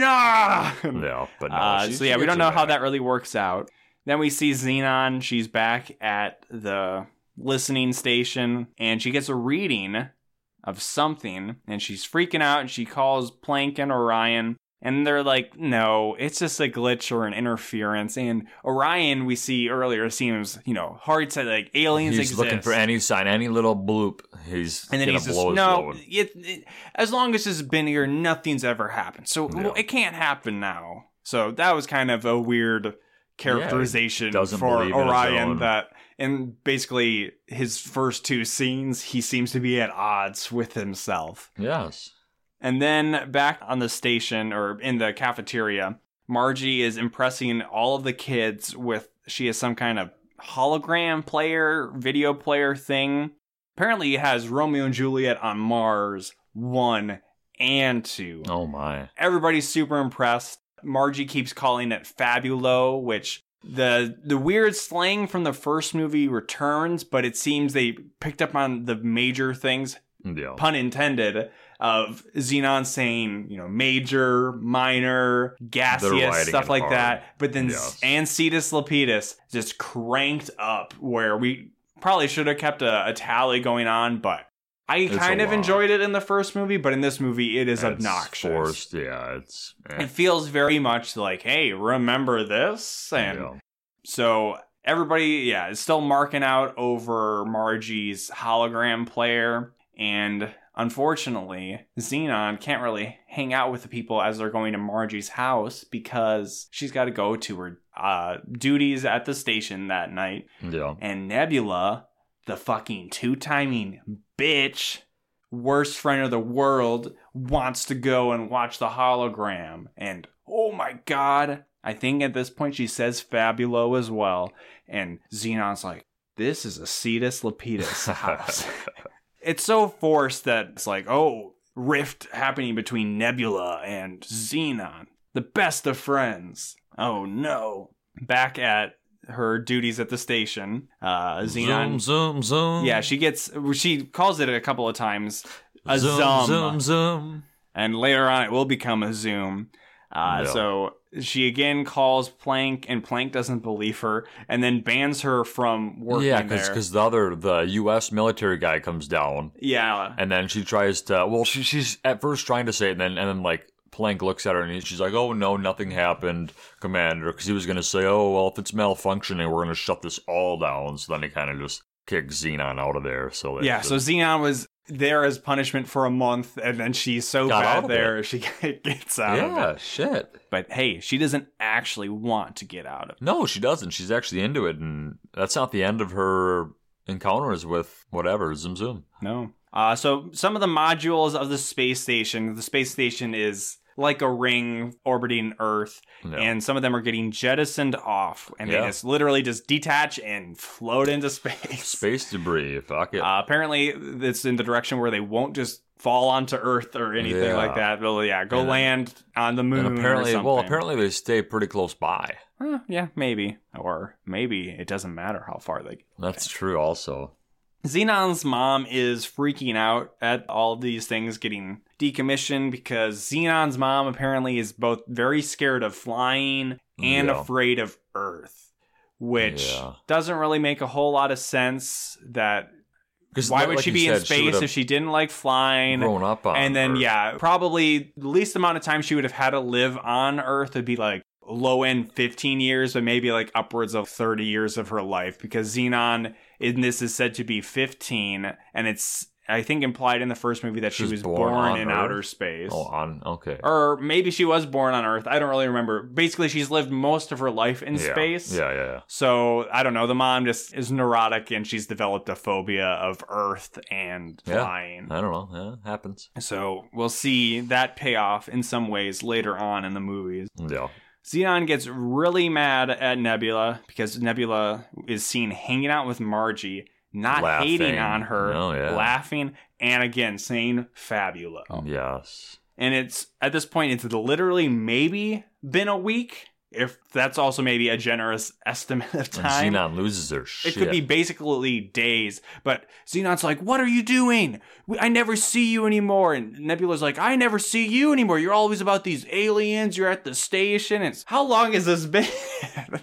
[SPEAKER 2] Xenon!
[SPEAKER 1] Yeah, but no,
[SPEAKER 2] Uh,
[SPEAKER 1] she-
[SPEAKER 2] so
[SPEAKER 1] she
[SPEAKER 2] yeah, we
[SPEAKER 1] gets
[SPEAKER 2] don't
[SPEAKER 1] her
[SPEAKER 2] know how
[SPEAKER 1] back.
[SPEAKER 2] that really works out. Then we see Xenon. She's back at the listening station, and she gets a reading of something, and she's freaking out. And she calls Plank and Orion, and they're like, "No, it's just a glitch or an interference." And Orion, we see earlier, seems you know hard to like aliens
[SPEAKER 1] He's
[SPEAKER 2] exist.
[SPEAKER 1] looking for any sign, any little bloop. He's
[SPEAKER 2] and then
[SPEAKER 1] gonna
[SPEAKER 2] he's just
[SPEAKER 1] blow his
[SPEAKER 2] no.
[SPEAKER 1] load.
[SPEAKER 2] It, it- as long as it's been here, nothing's ever happened. So
[SPEAKER 1] Yeah.
[SPEAKER 2] it can't happen now. So that was kind of a weird characterization
[SPEAKER 1] doesn't
[SPEAKER 2] for
[SPEAKER 1] believe in his
[SPEAKER 2] Orion.
[SPEAKER 1] own-
[SPEAKER 2] That and basically his first two scenes, he seems to be at odds with himself.
[SPEAKER 1] Yes,
[SPEAKER 2] And then back on the station or in the cafeteria, Margie is impressing all of the kids with she has some kind of hologram player, video player thing. Apparently, it has Romeo and Juliet on Mars 1 and 2.
[SPEAKER 1] oh my,
[SPEAKER 2] Everybody's super impressed. Margie keeps calling it fabulo, which the the weird slang from the first movie returns, but it seems they picked up on the major things
[SPEAKER 1] yeah,
[SPEAKER 2] pun intended, of Xenon saying, you know, major, minor,
[SPEAKER 1] They're
[SPEAKER 2] gaseous,
[SPEAKER 1] riding
[SPEAKER 2] stuff
[SPEAKER 1] it
[SPEAKER 2] like
[SPEAKER 1] hard.
[SPEAKER 2] that. But then
[SPEAKER 1] Yes.
[SPEAKER 2] and Cetus Lapidus just cranked up where we probably should have kept a, a tally going on, but I
[SPEAKER 1] It's
[SPEAKER 2] kind
[SPEAKER 1] a
[SPEAKER 2] of
[SPEAKER 1] lot.
[SPEAKER 2] enjoyed it in the first movie, but in this movie it is
[SPEAKER 1] It's
[SPEAKER 2] obnoxious.
[SPEAKER 1] forced. Yeah, it's eh,
[SPEAKER 2] It feels very much like, hey, remember this? And
[SPEAKER 1] yeah.
[SPEAKER 2] so everybody, yeah, is still marking out over Margie's hologram player. And unfortunately, Xenon can't really hang out with the people as they're going to Margie's house because she's got to go to her uh, duties at the station that night.
[SPEAKER 1] yeah.
[SPEAKER 2] And Nebula, the fucking two timing bitch, worst friend of the world, wants to go and watch the hologram. And oh my god, I think at this point she says Fabulo as well. And Xenon's like, this is a Cetus Lapidus house. it's so forced that it's like, oh, rift happening between Nebula and Xenon, the best of friends. Oh no. Back at her duties at the station, uh,
[SPEAKER 1] Zoom,
[SPEAKER 2] Xenon.
[SPEAKER 1] zoom, zoom.
[SPEAKER 2] Yeah, she gets, she calls it a couple of times a
[SPEAKER 1] zoom,
[SPEAKER 2] zum.
[SPEAKER 1] zoom, zoom.
[SPEAKER 2] and later on it will become a Zoom. Uh,
[SPEAKER 1] Yeah.
[SPEAKER 2] So she again calls Plank, and Plank doesn't believe her, and then bans her from working
[SPEAKER 1] yeah,
[SPEAKER 2] there.
[SPEAKER 1] because the other, the U.S. military guy comes down,
[SPEAKER 2] yeah,
[SPEAKER 1] and then she tries to. Well, she, she's at first trying to say it, and then and then like Plank looks at her, and he- she's like, "Oh no, nothing happened, Commander," because he was gonna say, "Oh well, if it's malfunctioning, we're gonna shut this all down." So then he kind of just kicks Xenon out of there. So they
[SPEAKER 2] yeah. So
[SPEAKER 1] just-
[SPEAKER 2] Xenon was there as punishment for a month, and then she's so
[SPEAKER 1] Got out
[SPEAKER 2] bad
[SPEAKER 1] of
[SPEAKER 2] there she gets out of
[SPEAKER 1] yeah,
[SPEAKER 2] it.
[SPEAKER 1] shit.
[SPEAKER 2] But hey, she doesn't actually want to get out of it.
[SPEAKER 1] No, she doesn't. She's actually into it, and that's not the end of her encounters with whatever Zoom Zoom.
[SPEAKER 2] No. Uh, so some of the modules of the space station, the space station is like a ring orbiting Earth,
[SPEAKER 1] Yeah.
[SPEAKER 2] and some of them are getting jettisoned off, and
[SPEAKER 1] Yeah.
[SPEAKER 2] they just literally just detach and float into space.
[SPEAKER 1] Space debris. Fuck it.
[SPEAKER 2] Uh, apparently, it's in the direction where they won't just fall onto Earth or anything
[SPEAKER 1] Yeah.
[SPEAKER 2] like that. Well, yeah, go
[SPEAKER 1] And-
[SPEAKER 2] land on the moon.
[SPEAKER 1] and apparently,
[SPEAKER 2] or something.
[SPEAKER 1] well, apparently they stay pretty close by.
[SPEAKER 2] Eh, yeah, maybe, or maybe it doesn't matter how far they. get.
[SPEAKER 1] That's true, also.
[SPEAKER 2] Xenon's mom is freaking out at all of these things getting decommissioned because Xenon's mom apparently is both very scared of flying and
[SPEAKER 1] Yeah.
[SPEAKER 2] afraid of Earth, which
[SPEAKER 1] Yeah.
[SPEAKER 2] doesn't really make a whole lot of sense. That
[SPEAKER 1] 'Cause
[SPEAKER 2] why
[SPEAKER 1] like-
[SPEAKER 2] would
[SPEAKER 1] like
[SPEAKER 2] she
[SPEAKER 1] you
[SPEAKER 2] be in
[SPEAKER 1] said, she
[SPEAKER 2] space
[SPEAKER 1] would've
[SPEAKER 2] if she didn't like flying?
[SPEAKER 1] grown up on?
[SPEAKER 2] and then
[SPEAKER 1] Earth.
[SPEAKER 2] yeah probably the least amount of time she would have had to live on earth would be like low end 15 years but maybe like upwards of 30 years of her life because xenon in this is said to be 15 and it's i think implied in the first movie that she, was born,
[SPEAKER 1] on
[SPEAKER 2] in
[SPEAKER 1] Earth?
[SPEAKER 2] outer space
[SPEAKER 1] Oh, on okay.
[SPEAKER 2] or maybe she was born on earth i don't really remember basically she's lived most of her life in
[SPEAKER 1] Yeah.
[SPEAKER 2] space
[SPEAKER 1] Yeah, yeah, yeah.
[SPEAKER 2] so I don't know. The mom just is neurotic, and she's developed a phobia of Earth and
[SPEAKER 1] Yeah.
[SPEAKER 2] flying.
[SPEAKER 1] I don't know. Yeah, it happens.
[SPEAKER 2] So we'll see that payoff in some ways later on in the movies.
[SPEAKER 1] Yeah.
[SPEAKER 2] Xenon gets really mad at Nebula because Nebula is seen hanging out with Margie, not hating
[SPEAKER 1] Laughing.
[SPEAKER 2] on her,
[SPEAKER 1] Oh, yeah. Oh.
[SPEAKER 2] laughing, and again saying fabula.
[SPEAKER 1] Yes.
[SPEAKER 2] And it's at this point, it's literally maybe been a week, if that's also maybe a generous estimate of
[SPEAKER 1] And
[SPEAKER 2] time.
[SPEAKER 1] Xenon loses her
[SPEAKER 2] It
[SPEAKER 1] shit.
[SPEAKER 2] could be basically days, but Xenon's like, "What are you doing? We- I never see you anymore." And Nebula's like, "I never see you anymore. You're always about these aliens. You're at the station. It's how long has this been?"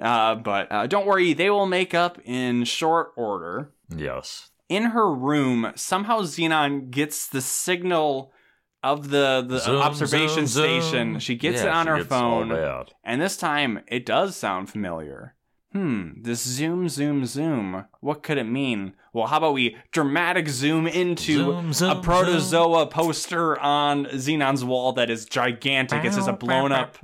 [SPEAKER 2] uh, but uh, don't worry, they will make up in short order.
[SPEAKER 1] Yes.
[SPEAKER 2] In her room, somehow Xenon gets the signal of the, the
[SPEAKER 1] Zoom,
[SPEAKER 2] observation
[SPEAKER 1] zoom, zoom.
[SPEAKER 2] station. She gets
[SPEAKER 1] Yeah,
[SPEAKER 2] it on
[SPEAKER 1] she
[SPEAKER 2] her
[SPEAKER 1] gets
[SPEAKER 2] phone.
[SPEAKER 1] All that.
[SPEAKER 2] And this time, it does sound familiar. Hmm, this zoom, zoom, zoom. What could it mean? Well, how about we dramatic zoom into
[SPEAKER 1] Zoom, zoom,
[SPEAKER 2] a protozoa poster on Xenon's wall that is gigantic? It's just a blown up,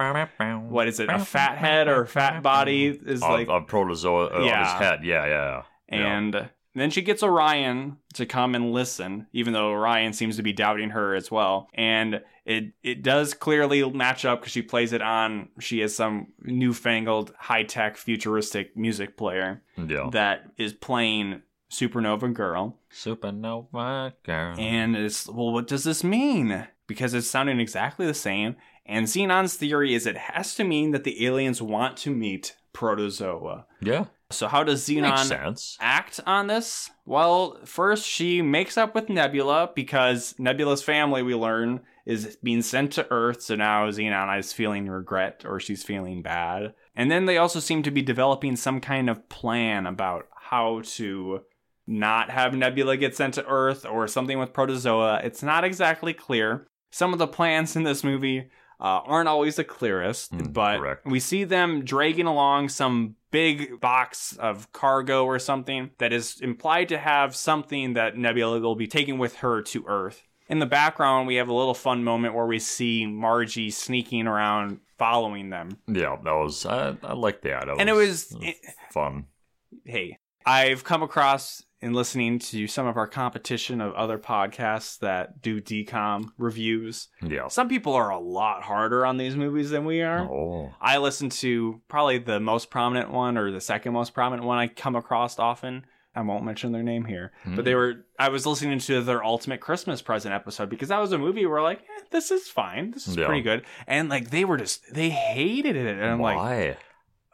[SPEAKER 2] what is it, a fat head or fat body? Is
[SPEAKER 1] Of,
[SPEAKER 2] like,
[SPEAKER 1] of protozoa uh, of his
[SPEAKER 2] Yeah.
[SPEAKER 1] head. Yeah, yeah,
[SPEAKER 2] and then she gets Orion to come and listen, even though Orion seems to be doubting her as well. And it it does clearly match up because she plays it on. She is some newfangled, high tech, futuristic music player
[SPEAKER 1] yeah. yeah.
[SPEAKER 2] that is playing Supernova Girl.
[SPEAKER 1] Supernova girl.
[SPEAKER 2] And it's well, what does this mean? Because it's sounding exactly the same. And Xenon's theory is it has to mean that the aliens want to meet Protozoa.
[SPEAKER 1] yeah,
[SPEAKER 2] So how does
[SPEAKER 1] makes
[SPEAKER 2] Xenon
[SPEAKER 1] sense.
[SPEAKER 2] act on this? Well, first she makes up with Nebula because Nebula's family, we learn, is being sent to Earth. So now Xenon is feeling regret or she's feeling bad. And then they also seem to be developing some kind of plan about how to not have Nebula get sent to Earth or something with Protozoa. It's not exactly clear. Some of the plans in this movie uh, aren't always the clearest,
[SPEAKER 1] Mm,
[SPEAKER 2] but
[SPEAKER 1] correct.
[SPEAKER 2] we see them dragging along some big box of cargo or something that is implied to have something that Nebula will be taking with her to Earth. In the background, we have a little fun moment where we see Margie sneaking around following them.
[SPEAKER 1] Yeah, that was I, I like that. That
[SPEAKER 2] And it was,
[SPEAKER 1] that fun.
[SPEAKER 2] hey, I've come across in listening to some of our competition of other podcasts that do decom reviews.
[SPEAKER 1] Yeah.
[SPEAKER 2] Some people are a lot harder on these movies than we are.
[SPEAKER 1] Oh,
[SPEAKER 2] I listen to probably the most prominent one or the second most prominent one I come across often. I won't mention their name here, but
[SPEAKER 1] Mm.
[SPEAKER 2] they were. I was listening to their Ultimate Christmas Present episode because that was a movie where like eh, this is fine, this is
[SPEAKER 1] Yeah.
[SPEAKER 2] pretty good, and like they were just they hated it, and I'm like,
[SPEAKER 1] why?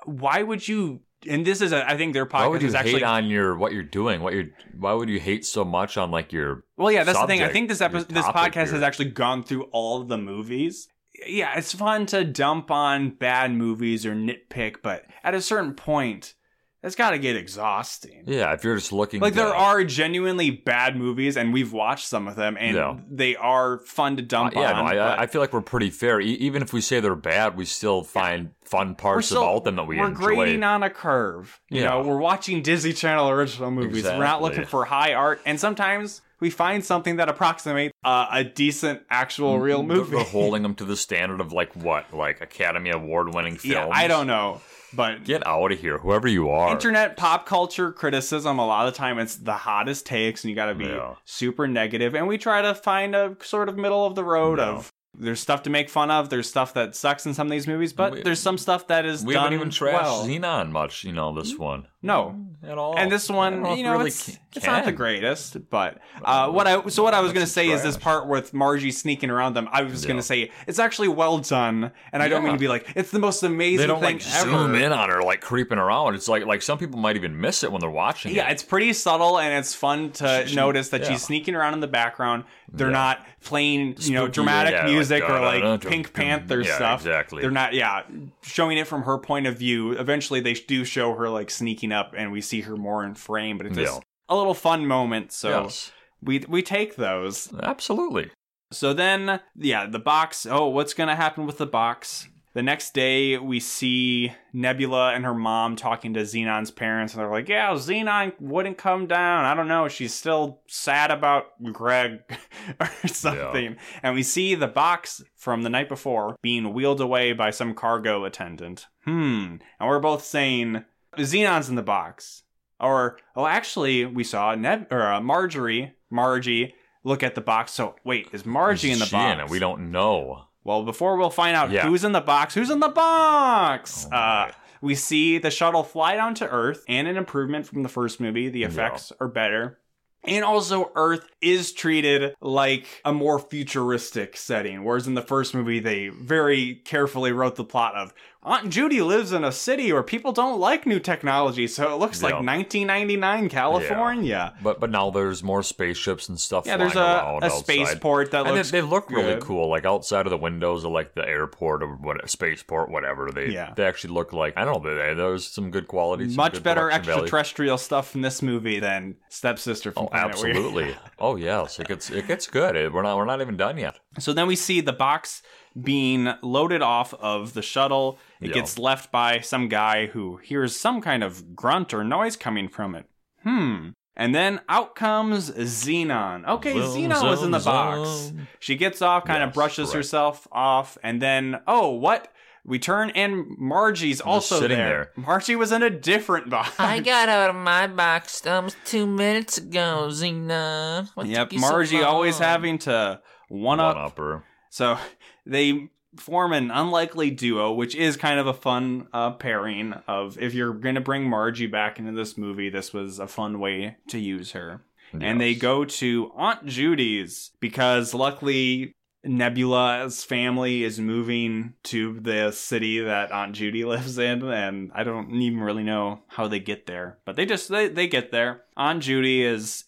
[SPEAKER 2] why would you? And this is, a, I think their
[SPEAKER 1] why would
[SPEAKER 2] podcast
[SPEAKER 1] you
[SPEAKER 2] is
[SPEAKER 1] hate
[SPEAKER 2] actually
[SPEAKER 1] on your what you're doing? What you're? Why would you hate so much on like your?
[SPEAKER 2] Well, yeah, that's the thing. I
[SPEAKER 1] subject,
[SPEAKER 2] think this
[SPEAKER 1] your
[SPEAKER 2] episode, this
[SPEAKER 1] topic,
[SPEAKER 2] podcast has
[SPEAKER 1] your-
[SPEAKER 2] actually gone through all of the movies. Yeah, it's fun to dump on bad movies or nitpick, but at a certain point, that's got to get exhausting.
[SPEAKER 1] Yeah, if you're just looking
[SPEAKER 2] Like
[SPEAKER 1] to-
[SPEAKER 2] there are genuinely bad movies, and we've watched some of them, and
[SPEAKER 1] Yeah.
[SPEAKER 2] they are fun to
[SPEAKER 1] Uh,
[SPEAKER 2] dump
[SPEAKER 1] yeah, no,
[SPEAKER 2] on.
[SPEAKER 1] I,
[SPEAKER 2] but
[SPEAKER 1] I- I feel like we're pretty fair. E- even if we say they're bad, we still find fun parts
[SPEAKER 2] still-
[SPEAKER 1] about them that we
[SPEAKER 2] we're
[SPEAKER 1] enjoy.
[SPEAKER 2] grading on a curve. You
[SPEAKER 1] Yeah.
[SPEAKER 2] know, we're watching Disney Channel original movies. We're not
[SPEAKER 1] Exactly.
[SPEAKER 2] looking for high art, and sometimes we find something that approximates uh, a decent
[SPEAKER 1] Mm,
[SPEAKER 2] actual real
[SPEAKER 1] They're-
[SPEAKER 2] movie.
[SPEAKER 1] They're holding them to the standard of like what, like Academy Award winning films.
[SPEAKER 2] yeah, I don't know, but
[SPEAKER 1] Get out of here, whoever you are.
[SPEAKER 2] internet pop culture criticism a lot of the time it's the hottest takes and you got to be
[SPEAKER 1] Yeah.
[SPEAKER 2] super negative and we try to find a sort of middle of the road
[SPEAKER 1] No.
[SPEAKER 2] of there's stuff to make fun of there's stuff that sucks in some of these movies but
[SPEAKER 1] We-
[SPEAKER 2] there's some stuff that is
[SPEAKER 1] we
[SPEAKER 2] done
[SPEAKER 1] haven't even trashed
[SPEAKER 2] well.
[SPEAKER 1] Xenon much, you know. This one,
[SPEAKER 2] no
[SPEAKER 1] at all.
[SPEAKER 2] and this
[SPEAKER 1] I don't
[SPEAKER 2] one
[SPEAKER 1] know if
[SPEAKER 2] you
[SPEAKER 1] it
[SPEAKER 2] know
[SPEAKER 1] Oh, really
[SPEAKER 2] it's,
[SPEAKER 1] ca-
[SPEAKER 2] it's not the
[SPEAKER 1] can.
[SPEAKER 2] greatest but uh what i so what i was
[SPEAKER 1] That's
[SPEAKER 2] gonna say is this
[SPEAKER 1] trash.
[SPEAKER 2] part with margie sneaking around them i was
[SPEAKER 1] Yeah.
[SPEAKER 2] gonna say it's actually well done and i don't
[SPEAKER 1] Yeah.
[SPEAKER 2] mean to be like it's the most amazing
[SPEAKER 1] They don't
[SPEAKER 2] thing
[SPEAKER 1] like
[SPEAKER 2] ever
[SPEAKER 1] zoom in on her, like creeping around. It's like like some people might even miss it when they're watching.
[SPEAKER 2] Yeah,
[SPEAKER 1] it.
[SPEAKER 2] it's pretty subtle, and it's fun to
[SPEAKER 1] She- she-
[SPEAKER 2] notice that
[SPEAKER 1] yeah.
[SPEAKER 2] she's sneaking around in the background. They're
[SPEAKER 1] Yeah.
[SPEAKER 2] not playing, you know,
[SPEAKER 1] Spooky,
[SPEAKER 2] dramatic
[SPEAKER 1] uh, yeah, like,
[SPEAKER 2] music or like
[SPEAKER 1] da-da-da-da,
[SPEAKER 2] Pink
[SPEAKER 1] dum-dum.
[SPEAKER 2] Panther
[SPEAKER 1] Yeah,
[SPEAKER 2] stuff.
[SPEAKER 1] exactly.
[SPEAKER 2] They're not, yeah, showing it from her point of view. Eventually, they do show her like sneaking up, and we see her more in frame. But it's just
[SPEAKER 1] Yeah.
[SPEAKER 2] a little fun moment. So
[SPEAKER 1] Yes,
[SPEAKER 2] we we take those.
[SPEAKER 1] absolutely.
[SPEAKER 2] So then, yeah, the box. Oh, what's going to happen with the box? The next day, we see Nebula and her mom talking to Xenon's parents, and they're like, Yeah, Xenon wouldn't come down. I don't know. She's still sad about Greg or something. And we see the box from the night before being wheeled away by some cargo attendant. Hmm. And we're both saying, Xenon's in the box. Or, oh, actually, we saw Neb- or uh, Marjorie, Margie, look at the box. So, wait, is Margie in the
[SPEAKER 1] She
[SPEAKER 2] box?
[SPEAKER 1] it. We don't know.
[SPEAKER 2] Well, before we'll find out
[SPEAKER 1] Yeah.
[SPEAKER 2] who's in the box, who's in the box?
[SPEAKER 1] Oh,
[SPEAKER 2] uh,
[SPEAKER 1] my.
[SPEAKER 2] we see the shuttle fly down to Earth and an improvement from the first movie. The effects are better. And also, Earth is treated like a more futuristic setting, whereas in the first movie, they very carefully wrote the plot of Aunt Judy lives in a city where people don't like new technology, so it looks like
[SPEAKER 1] Yeah.
[SPEAKER 2] 1999 California.
[SPEAKER 1] But but now there's more spaceships and stuff.
[SPEAKER 2] Yeah, there's
[SPEAKER 1] flying
[SPEAKER 2] a,
[SPEAKER 1] around
[SPEAKER 2] a
[SPEAKER 1] outside.
[SPEAKER 2] spaceport that
[SPEAKER 1] And they,
[SPEAKER 2] looks
[SPEAKER 1] they look really
[SPEAKER 2] good.
[SPEAKER 1] cool, like outside of the windows of like the airport or what spaceport, whatever. They
[SPEAKER 2] Yeah.
[SPEAKER 1] they actually look like I don't know. They, there's some good quality, some
[SPEAKER 2] much
[SPEAKER 1] good
[SPEAKER 2] better
[SPEAKER 1] production value.
[SPEAKER 2] extraterrestrial stuff in this movie than stepsister from
[SPEAKER 1] Oh,
[SPEAKER 2] Planet Weird.
[SPEAKER 1] absolutely. oh yes, it gets it gets good. It- we're not we're not even done yet.
[SPEAKER 2] So then we see the box being loaded off of the shuttle. It
[SPEAKER 1] Yeah.
[SPEAKER 2] gets left by some guy who hears some kind of grunt or noise coming from it. Hmm. And then out comes Xenon. Okay,
[SPEAKER 1] Zoom,
[SPEAKER 2] Xenon was in the
[SPEAKER 1] zoom,
[SPEAKER 2] box.
[SPEAKER 1] zoom.
[SPEAKER 2] She gets off, kind of
[SPEAKER 1] Yes,
[SPEAKER 2] brushes
[SPEAKER 1] correct.
[SPEAKER 2] herself off, and then oh, what? We turn and Margie's also
[SPEAKER 1] sitting
[SPEAKER 2] there. Margie was in a different box.
[SPEAKER 3] I got out of my box almost two minutes ago, Xena. What
[SPEAKER 2] yep,
[SPEAKER 3] took you so
[SPEAKER 2] Margie always
[SPEAKER 3] long?
[SPEAKER 2] having to one up
[SPEAKER 1] upper.
[SPEAKER 2] So they form an unlikely duo, which is kind of a fun uh, pairing of if you're going to bring Margie back into this movie, this was a fun way to use her. And they go to Aunt Judy's because luckily Nebula's family is moving to the city that Aunt Judy lives in and I don't even really know how they get there, but they just they, they get there. Aunt Judy is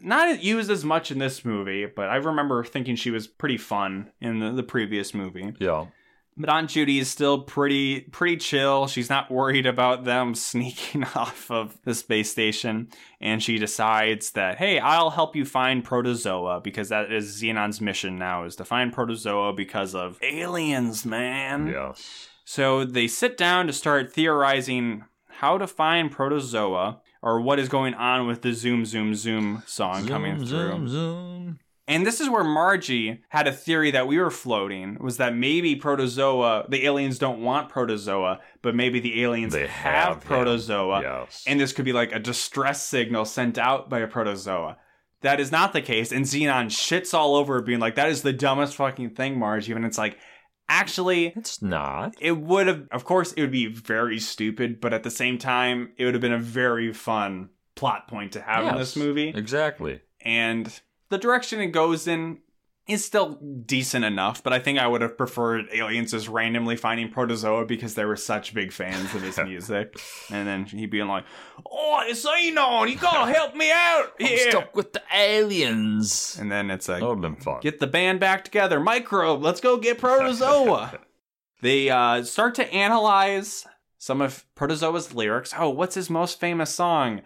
[SPEAKER 2] not used as much in this movie, but I remember thinking she was pretty fun in the, the previous movie.
[SPEAKER 1] Yeah.
[SPEAKER 2] But Aunt Judy is still pretty pretty chill. She's not worried about them sneaking off of the space station, and she decides that hey, I'll help you find Protozoa because that is Xenon's mission now is to find Protozoa because of aliens, man.
[SPEAKER 1] Yes.
[SPEAKER 2] So they sit down to start theorizing how to find Protozoa or what is going on with the zoom zoom zoom song coming
[SPEAKER 1] Zoom,
[SPEAKER 2] through.
[SPEAKER 1] zoom, zoom.
[SPEAKER 2] And this is where Margie had a theory that we were floating was that maybe protozoa, the aliens don't want protozoa, but maybe the aliens
[SPEAKER 1] They
[SPEAKER 2] have,
[SPEAKER 1] have him.
[SPEAKER 2] protozoa.
[SPEAKER 1] Yes.
[SPEAKER 2] And this could be like a distress signal sent out by a protozoa. That is not the case. And Xenon shits all over it, being like, that is the dumbest fucking thing, Margie. And it's like, actually,
[SPEAKER 1] it's not.
[SPEAKER 2] it would have, of course, it would be very stupid, but at the same time, it would have been a very fun plot point to have in
[SPEAKER 1] Yes.
[SPEAKER 2] this movie
[SPEAKER 1] Exactly.
[SPEAKER 2] and the direction it goes in is still decent enough, but I think I would have preferred aliens just randomly finding protozoa because they were such big fans of his music. And then he being like, "Oh, it's Enon, you gotta help me out
[SPEAKER 3] I'm
[SPEAKER 2] here!"
[SPEAKER 3] stuck with the aliens.
[SPEAKER 2] And then it's like,
[SPEAKER 1] That would have been fun.
[SPEAKER 2] Get the band back together. Microbe, let's go get Protozoa. they uh, start to analyze some of Protozoa's lyrics. Oh, what's his most famous song?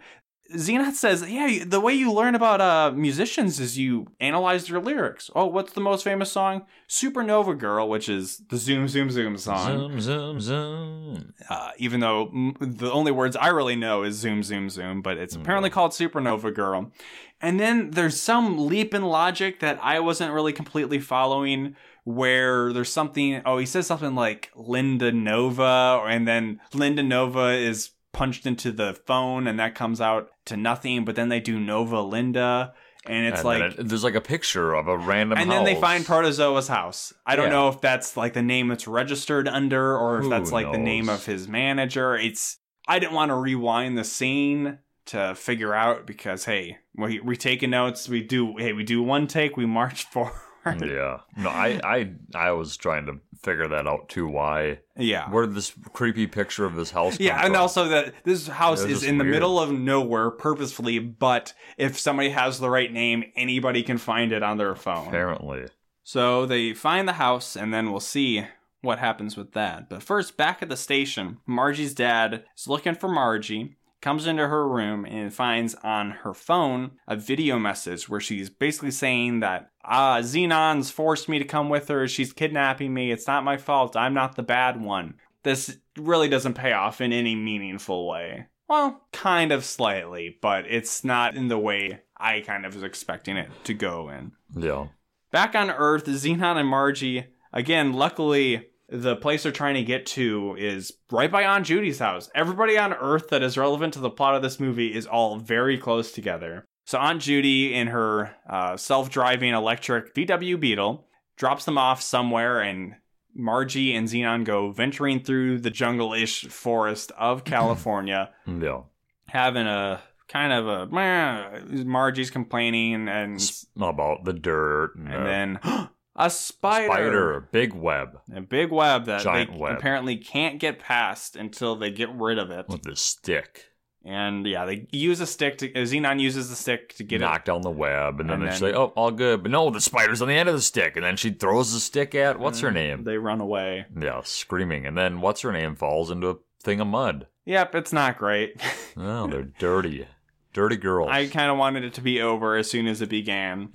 [SPEAKER 2] Xenon says, "Yeah, the way you learn about uh, musicians is you analyze their lyrics. Oh, what's the most famous song? Supernova Girl, which is the Zoom Zoom Zoom song.
[SPEAKER 1] Zoom, zoom, zoom.
[SPEAKER 2] Uh, even though mm, the only words I really know is Zoom Zoom Zoom, but it's
[SPEAKER 1] Mhm.
[SPEAKER 2] apparently called Supernova Girl. And then there's some leap in logic that I wasn't really completely following." Where there's something, oh, he says something like Linda Nova, and then Linda Nova is punched into the phone and that comes out to nothing but then they do nova linda and it's
[SPEAKER 1] And then
[SPEAKER 2] like
[SPEAKER 1] it- there's like a picture of a random
[SPEAKER 2] and then they
[SPEAKER 1] house.
[SPEAKER 2] find protozoa's house i don't
[SPEAKER 1] Yeah.
[SPEAKER 2] know if that's like the name it's registered under or if
[SPEAKER 1] Who
[SPEAKER 2] that's like the name
[SPEAKER 1] knows?
[SPEAKER 2] of his manager it's i didn't want to rewind the scene to figure out because hey we, we taking notes we do hey we do one take we march forward
[SPEAKER 1] Yeah. No, I, I I was trying to figure that out too. Why?
[SPEAKER 2] yeah
[SPEAKER 1] Where did this creepy picture of this house come
[SPEAKER 2] Yeah, and
[SPEAKER 1] from?
[SPEAKER 2] also that this house
[SPEAKER 1] It was
[SPEAKER 2] is
[SPEAKER 1] just
[SPEAKER 2] in the
[SPEAKER 1] weird.
[SPEAKER 2] middle of nowhere purposefully, but if somebody has the right name, anybody can find it on their phone.
[SPEAKER 1] Apparently.
[SPEAKER 2] So they find the house, and then we'll see what happens with that. But first, back at the station, Margie's dad is looking for Margie, comes into her room, and finds on her phone a video message where she's basically saying that, ah, Xenon's forced me to come with her. She's kidnapping me. It's not my fault. I'm not the bad one. This really doesn't pay off in any meaningful way. Well, kind of slightly, but it's not in the way I kind of was expecting it to go in.
[SPEAKER 1] Yeah.
[SPEAKER 2] Back on Earth, Xenon and Margie, again, luckily, the place they're trying to get to is right by Aunt Judy's house. Everybody on Earth that is relevant to the plot of this movie is all very close together. So Aunt Judy, in her uh, self driving electric VW Beetle, drops them off somewhere, and Margie and Xenon go venturing through the jungle ish forest of California
[SPEAKER 1] Yeah.
[SPEAKER 2] having a kind of a meh, Margie's complaining and
[SPEAKER 1] It's about the dirt and,
[SPEAKER 2] and
[SPEAKER 1] the
[SPEAKER 2] then a spider.
[SPEAKER 1] spider, big web
[SPEAKER 2] A big web that
[SPEAKER 1] Giant
[SPEAKER 2] they
[SPEAKER 1] web.
[SPEAKER 2] apparently can't get past until they get rid of it.
[SPEAKER 1] with this stick.
[SPEAKER 2] And yeah, they use a stick to. Xenon uses the stick to get
[SPEAKER 1] knocked down the web, and then,
[SPEAKER 2] And
[SPEAKER 1] she's
[SPEAKER 2] then-
[SPEAKER 1] like, "Oh, all good." But no, the spider's on the end of the stick, and then she throws the stick at
[SPEAKER 2] it.
[SPEAKER 1] what's her name?
[SPEAKER 2] They run away.
[SPEAKER 1] Yeah, screaming, and then what's her name falls into a thing of mud.
[SPEAKER 2] Yep, it's not great.
[SPEAKER 1] Oh, they're dirty, dirty girls.
[SPEAKER 2] I kind of wanted it to be over as soon as it began.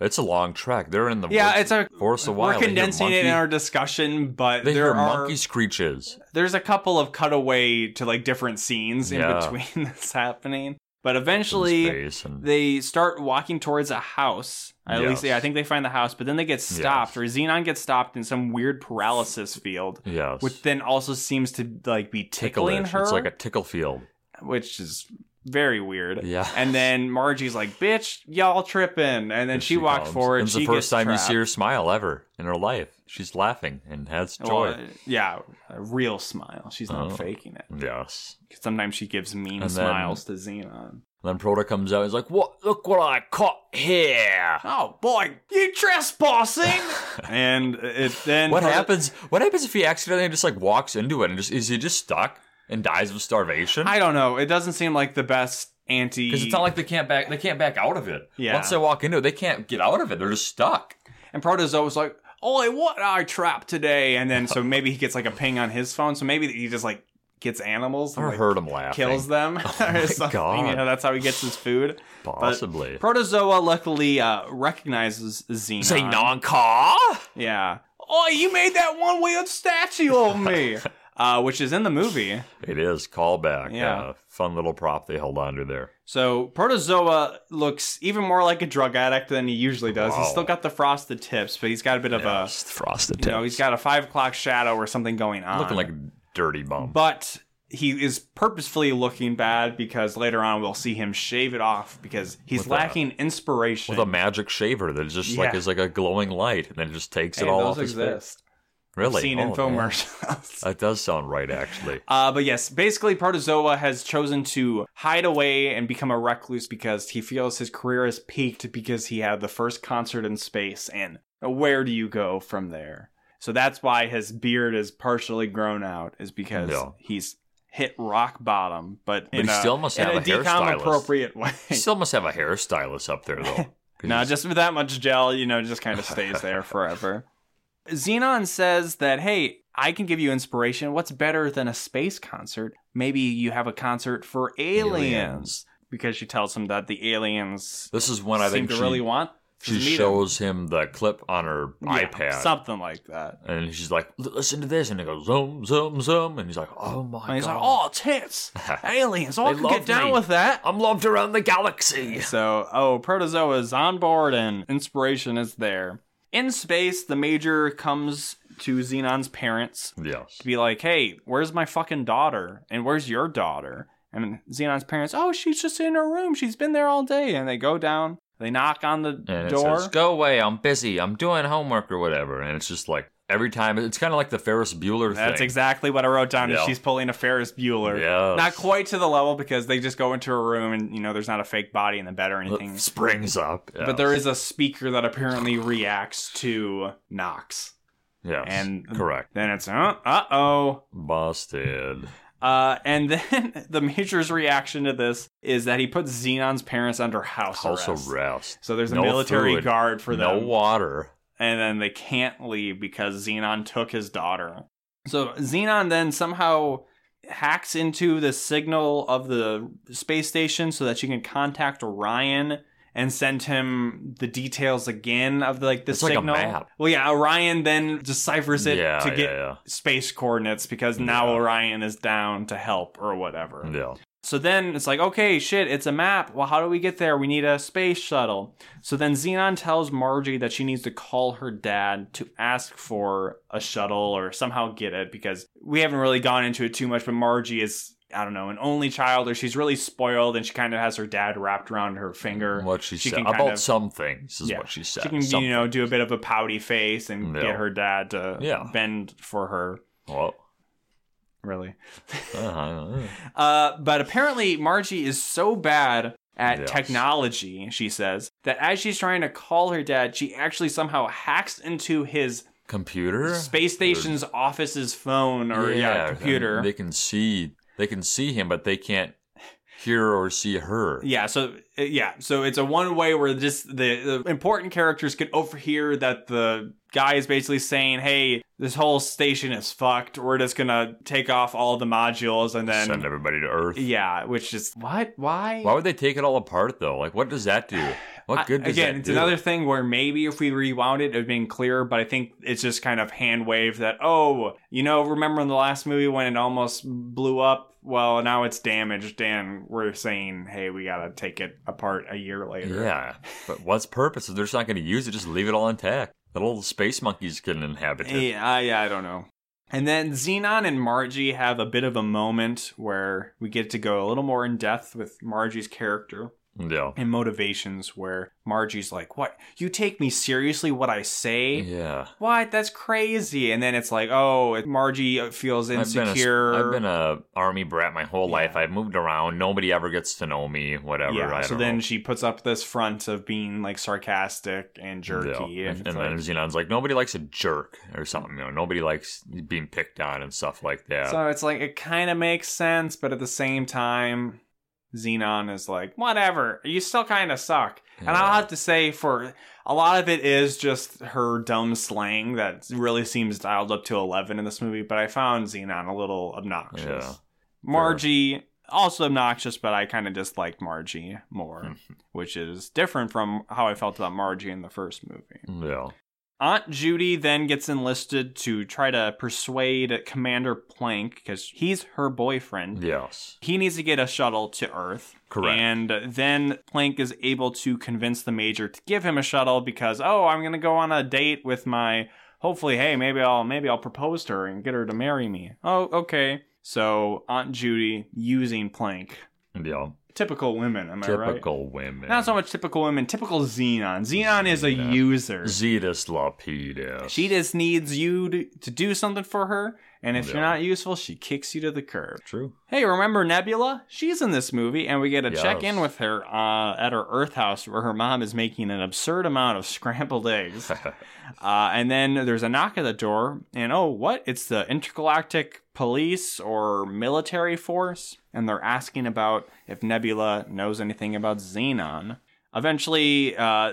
[SPEAKER 1] it's a long track. They're in the
[SPEAKER 2] Yeah,
[SPEAKER 1] woods
[SPEAKER 2] it's a.
[SPEAKER 1] for us a while.
[SPEAKER 2] We're condensing it in our discussion, but
[SPEAKER 1] They
[SPEAKER 2] there
[SPEAKER 1] hear
[SPEAKER 2] are
[SPEAKER 1] monkey screeches.
[SPEAKER 2] there's a couple of cutaway to like different scenes
[SPEAKER 1] Yeah.
[SPEAKER 2] in between that's happening. But
[SPEAKER 1] in
[SPEAKER 2] eventually,
[SPEAKER 1] space and-
[SPEAKER 2] they start walking towards a house. At least,
[SPEAKER 1] Yes.
[SPEAKER 2] yeah, I think they find the house, but then they get stopped, or Xenon gets stopped in some weird paralysis field,
[SPEAKER 1] yes,
[SPEAKER 2] which then also seems to like be tickling
[SPEAKER 1] Ticklish.
[SPEAKER 2] her,
[SPEAKER 1] It's like a tickle field.
[SPEAKER 2] which is very weird.
[SPEAKER 1] Yeah,
[SPEAKER 2] And then Margie's like, "Bitch, y'all tripping," and then she, walks
[SPEAKER 1] comes.
[SPEAKER 2] forward.
[SPEAKER 1] And It's
[SPEAKER 2] she
[SPEAKER 1] the first
[SPEAKER 2] gets
[SPEAKER 1] time you see
[SPEAKER 2] trapped.
[SPEAKER 1] her smile ever in her life. She's laughing and has joy.
[SPEAKER 2] Well, uh, yeah, a real smile. She's not
[SPEAKER 1] Oh.
[SPEAKER 2] faking it.
[SPEAKER 1] yes.
[SPEAKER 2] Sometimes she gives mean
[SPEAKER 1] And then-
[SPEAKER 2] smiles to Xenon.
[SPEAKER 1] And then Proto comes out. He's like, "What? Look what I caught here!"
[SPEAKER 2] Oh boy, you trespassing! and it then
[SPEAKER 1] what
[SPEAKER 2] Proto-
[SPEAKER 1] happens? What happens if he accidentally just like walks into it and just is he just stuck and dies of starvation?
[SPEAKER 2] I don't know. It doesn't seem like the best anti.
[SPEAKER 1] Because it's not like they can't back they can't back out of it.
[SPEAKER 2] Yeah.
[SPEAKER 1] Once they walk into it, they can't get out of it. They're just stuck.
[SPEAKER 2] and Protozoa was like, "Oi, what I trapped today?" And then so maybe he gets like a ping on his phone. So maybe he just like gets animals and
[SPEAKER 1] Or
[SPEAKER 2] like,
[SPEAKER 1] heard him laughing.
[SPEAKER 2] kills them
[SPEAKER 1] my
[SPEAKER 2] or something.
[SPEAKER 1] God.
[SPEAKER 2] You know, that's how he gets his food.
[SPEAKER 1] Possibly.
[SPEAKER 2] Protozoa luckily uh, recognizes Xenon.
[SPEAKER 1] Say non car.
[SPEAKER 2] Yeah. Oh, you made that one-wheeled statue of me, uh, which is in the movie.
[SPEAKER 1] It is callback.
[SPEAKER 2] Yeah.
[SPEAKER 1] Uh, fun little prop they held onto there.
[SPEAKER 2] So Protozoa looks even more like a drug addict than he usually does. He's
[SPEAKER 1] Wow.
[SPEAKER 2] still got the frosted tips, but he's got a bit of a
[SPEAKER 1] Yes, frosted
[SPEAKER 2] you know, he's
[SPEAKER 1] tips.
[SPEAKER 2] got a five o'clock shadow or something going on.
[SPEAKER 1] looking like a dirty bum.
[SPEAKER 2] but he is purposefully looking bad because later on we'll see him shave it off because he's
[SPEAKER 1] With a-
[SPEAKER 2] lacking inspiration.
[SPEAKER 1] with a magic shaver that is just like
[SPEAKER 2] Yeah.
[SPEAKER 1] is like a glowing light and then just takes
[SPEAKER 2] Hey,
[SPEAKER 1] it all
[SPEAKER 2] those
[SPEAKER 1] off his face.
[SPEAKER 2] exist.
[SPEAKER 1] Really?
[SPEAKER 2] Seen
[SPEAKER 1] Oh, man.
[SPEAKER 2] infomercials.
[SPEAKER 1] That does sound right, actually.
[SPEAKER 2] Uh, but yes, basically, Protozoa has chosen to hide away and become a recluse because he feels his career has peaked because he had the first concert in space. And where do you go from there? So that's why his beard is partially grown out, is because
[SPEAKER 1] Yeah.
[SPEAKER 2] he's hit rock bottom, but,
[SPEAKER 1] But
[SPEAKER 2] in
[SPEAKER 1] he
[SPEAKER 2] a,
[SPEAKER 1] still must
[SPEAKER 2] in
[SPEAKER 1] have
[SPEAKER 2] a
[SPEAKER 1] a hairstylist.
[SPEAKER 2] decom appropriate way.
[SPEAKER 1] He still must have a hairstylist up there though. 'Cause
[SPEAKER 2] No,
[SPEAKER 1] he's-
[SPEAKER 2] just with that much gel, you know, just kind of stays there forever. Xenon says that, hey, I can give you inspiration. What's better than a space concert? Maybe you have a concert for aliens.
[SPEAKER 1] Aliens.
[SPEAKER 2] because she tells him that the aliens
[SPEAKER 1] This is when I
[SPEAKER 2] seem
[SPEAKER 1] think
[SPEAKER 2] to
[SPEAKER 1] she,
[SPEAKER 2] really want to
[SPEAKER 1] she
[SPEAKER 2] meet him.
[SPEAKER 1] shows him the clip on her
[SPEAKER 2] Yeah,
[SPEAKER 1] iPad.
[SPEAKER 2] something like that.
[SPEAKER 1] and she's like, "L- listen to this. And it goes, zoom, zoom, zoom. And he's like, oh my
[SPEAKER 2] And he's like,
[SPEAKER 1] God.
[SPEAKER 2] "Oh, tits, aliens! Oh, I
[SPEAKER 1] They
[SPEAKER 2] can
[SPEAKER 1] love
[SPEAKER 2] get down
[SPEAKER 1] me." Oh,
[SPEAKER 2] with that."
[SPEAKER 1] I'm loved around the galaxy.
[SPEAKER 2] So, oh, Protozoa is on board and inspiration is there. In space, the Major comes to Xenon's parents
[SPEAKER 1] Yes.
[SPEAKER 2] to be like, hey, where's my fucking daughter? And where's your daughter? And Xenon's parents, oh, she's just in her room. She's been there all day. And they go down, they knock on the
[SPEAKER 1] And it
[SPEAKER 2] door.
[SPEAKER 1] says, go away. I'm busy. I'm doing homework or whatever. And it's just like, every time, it's kind of like the Ferris Bueller thing.
[SPEAKER 2] That's exactly what I wrote down. is
[SPEAKER 1] Yeah.
[SPEAKER 2] She's pulling a Ferris Bueller.
[SPEAKER 1] Yes.
[SPEAKER 2] Not quite to the level because they just go into a room and, you know, there's not a fake body in the bed or anything.
[SPEAKER 1] Springs up. Yes.
[SPEAKER 2] But there is a speaker that apparently reacts to knocks.
[SPEAKER 1] Yes.
[SPEAKER 2] and-
[SPEAKER 1] correct.
[SPEAKER 2] Then it's uh oh.
[SPEAKER 1] Busted.
[SPEAKER 2] Uh, and then the major's reaction to this is that he puts Xenon's parents under house
[SPEAKER 1] House
[SPEAKER 2] arrest.
[SPEAKER 1] arrest.
[SPEAKER 2] So there's a
[SPEAKER 1] No
[SPEAKER 2] military
[SPEAKER 1] food.
[SPEAKER 2] guard for
[SPEAKER 1] no
[SPEAKER 2] them,
[SPEAKER 1] water.
[SPEAKER 2] and then they can't leave because Xenon took his daughter. So Xenon then somehow hacks into the signal of the space station so that she can contact Orion and send him the details again of like the
[SPEAKER 1] It's like a
[SPEAKER 2] signal.
[SPEAKER 1] map.
[SPEAKER 2] Well, yeah, Orion then deciphers it
[SPEAKER 1] yeah,
[SPEAKER 2] to get
[SPEAKER 1] yeah,
[SPEAKER 2] space coordinates because now
[SPEAKER 1] Yeah.
[SPEAKER 2] Orion is down to help or whatever.
[SPEAKER 1] yeah. yeah.
[SPEAKER 2] So then it's like, okay, shit, it's a map. Well, how do we get there? We need a space shuttle. So then Xenon tells Margie that she needs to call her dad to ask for a shuttle or somehow get it because we haven't really gone into it too much, but Margie is. I don't know, an only child, or she's really spoiled and she kind of has her dad wrapped around her finger.
[SPEAKER 1] What she,
[SPEAKER 2] She
[SPEAKER 1] said
[SPEAKER 2] can kind
[SPEAKER 1] about
[SPEAKER 2] of-
[SPEAKER 1] some things is
[SPEAKER 2] Yeah.
[SPEAKER 1] what she said.
[SPEAKER 2] She can,
[SPEAKER 1] Some-
[SPEAKER 2] you know, do a bit of a pouty face and
[SPEAKER 1] Yeah.
[SPEAKER 2] get her dad to
[SPEAKER 1] Yeah.
[SPEAKER 2] bend for her,
[SPEAKER 1] Well,
[SPEAKER 2] really.
[SPEAKER 1] uh,
[SPEAKER 2] Uh, but apparently, Margie is so bad at
[SPEAKER 1] Yes.
[SPEAKER 2] technology, she says, that as she's trying to call her dad, she actually somehow hacks into his
[SPEAKER 1] computer,
[SPEAKER 2] space station's office's phone or
[SPEAKER 1] I
[SPEAKER 2] yeah,
[SPEAKER 1] mean,
[SPEAKER 2] computer.
[SPEAKER 1] they can see, they can see him, but they can't hear or see her.
[SPEAKER 2] yeah, so uh, yeah, so it's a one way where just the, the important characters could overhear that the guy is basically saying, "Hey, this whole station is fucked. We're just gonna take off all the modules and then
[SPEAKER 1] Send everybody to Earth.
[SPEAKER 2] yeah," which is what? Why?
[SPEAKER 1] Why would they take it all apart though? Like, what does that do? What
[SPEAKER 2] I-
[SPEAKER 1] good does
[SPEAKER 2] again,
[SPEAKER 1] that
[SPEAKER 2] it's
[SPEAKER 1] do?
[SPEAKER 2] another thing where maybe if we rewound it, it would have been clearer, but I think it's just kind of hand wave that, oh, you know, remember in the last movie when it almost blew up? Well, now it's damaged, and we're saying, hey, we got to take it apart a year later.
[SPEAKER 1] Yeah, but what's purpose if they're just not going to use it? Just leave it all intact. The little space monkeys can inhabit it.
[SPEAKER 2] Yeah, I, I don't know. And then Xenon and Margie have a bit of a moment where we get to go a little more in depth with Margie's character.
[SPEAKER 1] Yeah,
[SPEAKER 2] and motivations where Margie's like, What? You take me seriously what I say?
[SPEAKER 1] yeah.
[SPEAKER 2] What? That's crazy. And then it's like, oh, Margie feels insecure.
[SPEAKER 1] I've been a, I've been a army brat my whole
[SPEAKER 2] Yeah.
[SPEAKER 1] life. I've moved around. Nobody ever gets to know me. Whatever.
[SPEAKER 2] yeah.
[SPEAKER 1] I
[SPEAKER 2] so
[SPEAKER 1] don't
[SPEAKER 2] then
[SPEAKER 1] know.
[SPEAKER 2] she puts up this front of being like sarcastic and jerky,
[SPEAKER 1] Yeah.
[SPEAKER 2] and,
[SPEAKER 1] And,
[SPEAKER 2] it's
[SPEAKER 1] and
[SPEAKER 2] like,
[SPEAKER 1] then Xenon's like, nobody likes a jerk or something. You know, nobody likes being picked on and stuff like that.
[SPEAKER 2] so it's like it kind of makes sense, but at the same time, Xenon is like, whatever. You still kind of suck. And I'll
[SPEAKER 1] Yeah.
[SPEAKER 2] have to say, for a lot of it is just her dumb slang that really seems dialed up to 11 in this movie, but I found Xenon a little obnoxious.
[SPEAKER 1] Yeah.
[SPEAKER 2] Margie, also obnoxious, but I kind of disliked Margie more, which is different from how I felt about Margie in the first movie.
[SPEAKER 1] yeah.
[SPEAKER 2] Aunt Judy then gets enlisted to try to persuade Commander Plank, because he's her boyfriend,
[SPEAKER 1] Yes.
[SPEAKER 2] he needs to get a shuttle to Earth.
[SPEAKER 1] Correct.
[SPEAKER 2] And then Plank is able to convince the Major to give him a shuttle because, oh, I'm gonna go on a date with my. Hopefully, hey, maybe I'll maybe I'll propose to her and get her to marry me. Oh, okay. So Aunt Judy using Plank.
[SPEAKER 1] Yeah.
[SPEAKER 2] Typical women, am I right?
[SPEAKER 1] Typical women.
[SPEAKER 2] Not so much typical women. Typical Xenon. Xenon is a
[SPEAKER 1] Xenon.
[SPEAKER 2] user.
[SPEAKER 1] Zetas Lapidus.
[SPEAKER 2] She just needs you to, to do something for her, and if you're
[SPEAKER 1] Yeah.
[SPEAKER 2] not useful, she kicks you to the curb.
[SPEAKER 1] True.
[SPEAKER 2] Hey, remember Nebula? She's in this movie, and we get to
[SPEAKER 1] Yes.
[SPEAKER 2] check in with her uh, at her Earth house where her mom is making an absurd amount of scrambled eggs. uh, and then there's a knock at the door, and oh, what? It's the intergalactic police or military force, and they're asking about if Nebula knows anything about Xenon. Eventually, uh,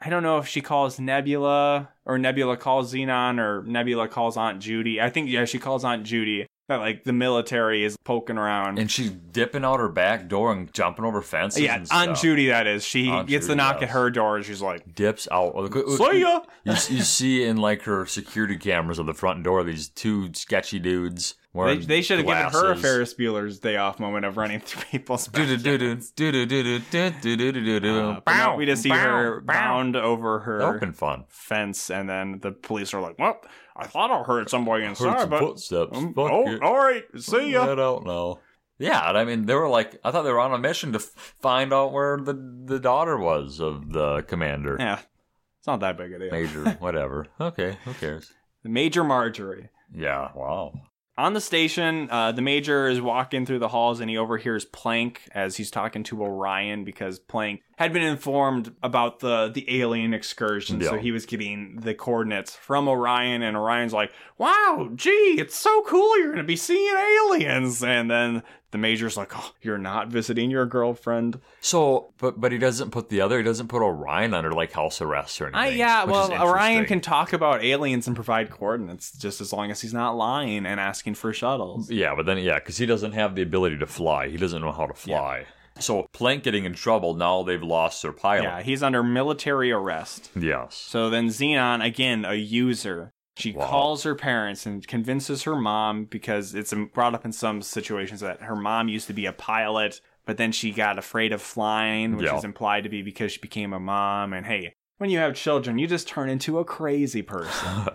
[SPEAKER 2] I don't know if she calls Nebula or Nebula calls Xenon or Nebula calls Aunt Judy. I think, yeah, she calls Aunt Judy. that like the military is poking around. Uh,
[SPEAKER 1] And she's dipping out her back door and jumping over fences.
[SPEAKER 2] yeah,
[SPEAKER 1] and
[SPEAKER 2] on
[SPEAKER 1] stuff.
[SPEAKER 2] Judy that is. She
[SPEAKER 1] Aunt
[SPEAKER 2] gets the
[SPEAKER 1] Judy,
[SPEAKER 2] knock
[SPEAKER 1] yes.
[SPEAKER 2] at her door and she's like,
[SPEAKER 1] Dips out.
[SPEAKER 2] "See ya."
[SPEAKER 1] You, you see in like her security cameras of the front door these two sketchy dudes
[SPEAKER 2] They,
[SPEAKER 1] wearing
[SPEAKER 2] they should have given her a
[SPEAKER 1] glasses.
[SPEAKER 2] Ferris Bueller's day off moment of running through people's
[SPEAKER 1] Do do do do do do do do do do
[SPEAKER 2] Uh,
[SPEAKER 1] do.
[SPEAKER 2] but no, we just see her bound over her
[SPEAKER 1] That would been fun.
[SPEAKER 2] fence, and then the police are like, "Well, I thought I heard somebody inside,
[SPEAKER 1] Heard some
[SPEAKER 2] but
[SPEAKER 1] footsteps.
[SPEAKER 2] um,
[SPEAKER 1] Fuck
[SPEAKER 2] oh,
[SPEAKER 1] it.
[SPEAKER 2] all right, see ya."
[SPEAKER 1] I don't know. Yeah, and I mean, they were like, I thought they were on a mission to f- find out where the the daughter was of the commander,
[SPEAKER 2] Yeah, it's not that big a deal.
[SPEAKER 1] major, whatever. Okay, who cares?
[SPEAKER 2] Major Marjorie.
[SPEAKER 1] Yeah, wow.
[SPEAKER 2] On the station, uh, the major is walking through the halls and he overhears Plank as he's talking to Orion because Plank had been informed about the, the alien excursion. So
[SPEAKER 1] Yeah.
[SPEAKER 2] he was getting the coordinates from Orion, and Orion's like, wow, gee, it's so cool. You're going to be seeing aliens. And then the major's like, oh, you're not visiting your girlfriend.
[SPEAKER 1] So, but but he doesn't put the other. He doesn't put Orion under like house arrest or anything.
[SPEAKER 2] I, yeah,
[SPEAKER 1] which
[SPEAKER 2] well,
[SPEAKER 1] is
[SPEAKER 2] Orion
[SPEAKER 1] interesting.
[SPEAKER 2] can talk about aliens and provide coordinates just as long as he's not lying and asking for shuttles.
[SPEAKER 1] Yeah, but then yeah, because he doesn't have the ability to fly. He doesn't know how to fly. So Plank getting in trouble now. They've lost their
[SPEAKER 2] Yeah,
[SPEAKER 1] pilot.
[SPEAKER 2] he's under military arrest.
[SPEAKER 1] Yes.
[SPEAKER 2] So then Xenon, again, a user, she
[SPEAKER 1] Wow.
[SPEAKER 2] calls her parents and convinces her mom because it's brought up in some situations that her mom used to be a pilot, but then she got afraid of flying, which
[SPEAKER 1] Yeah.
[SPEAKER 2] is implied to be because she became a mom. And hey, when you have children, you just turn into a crazy person.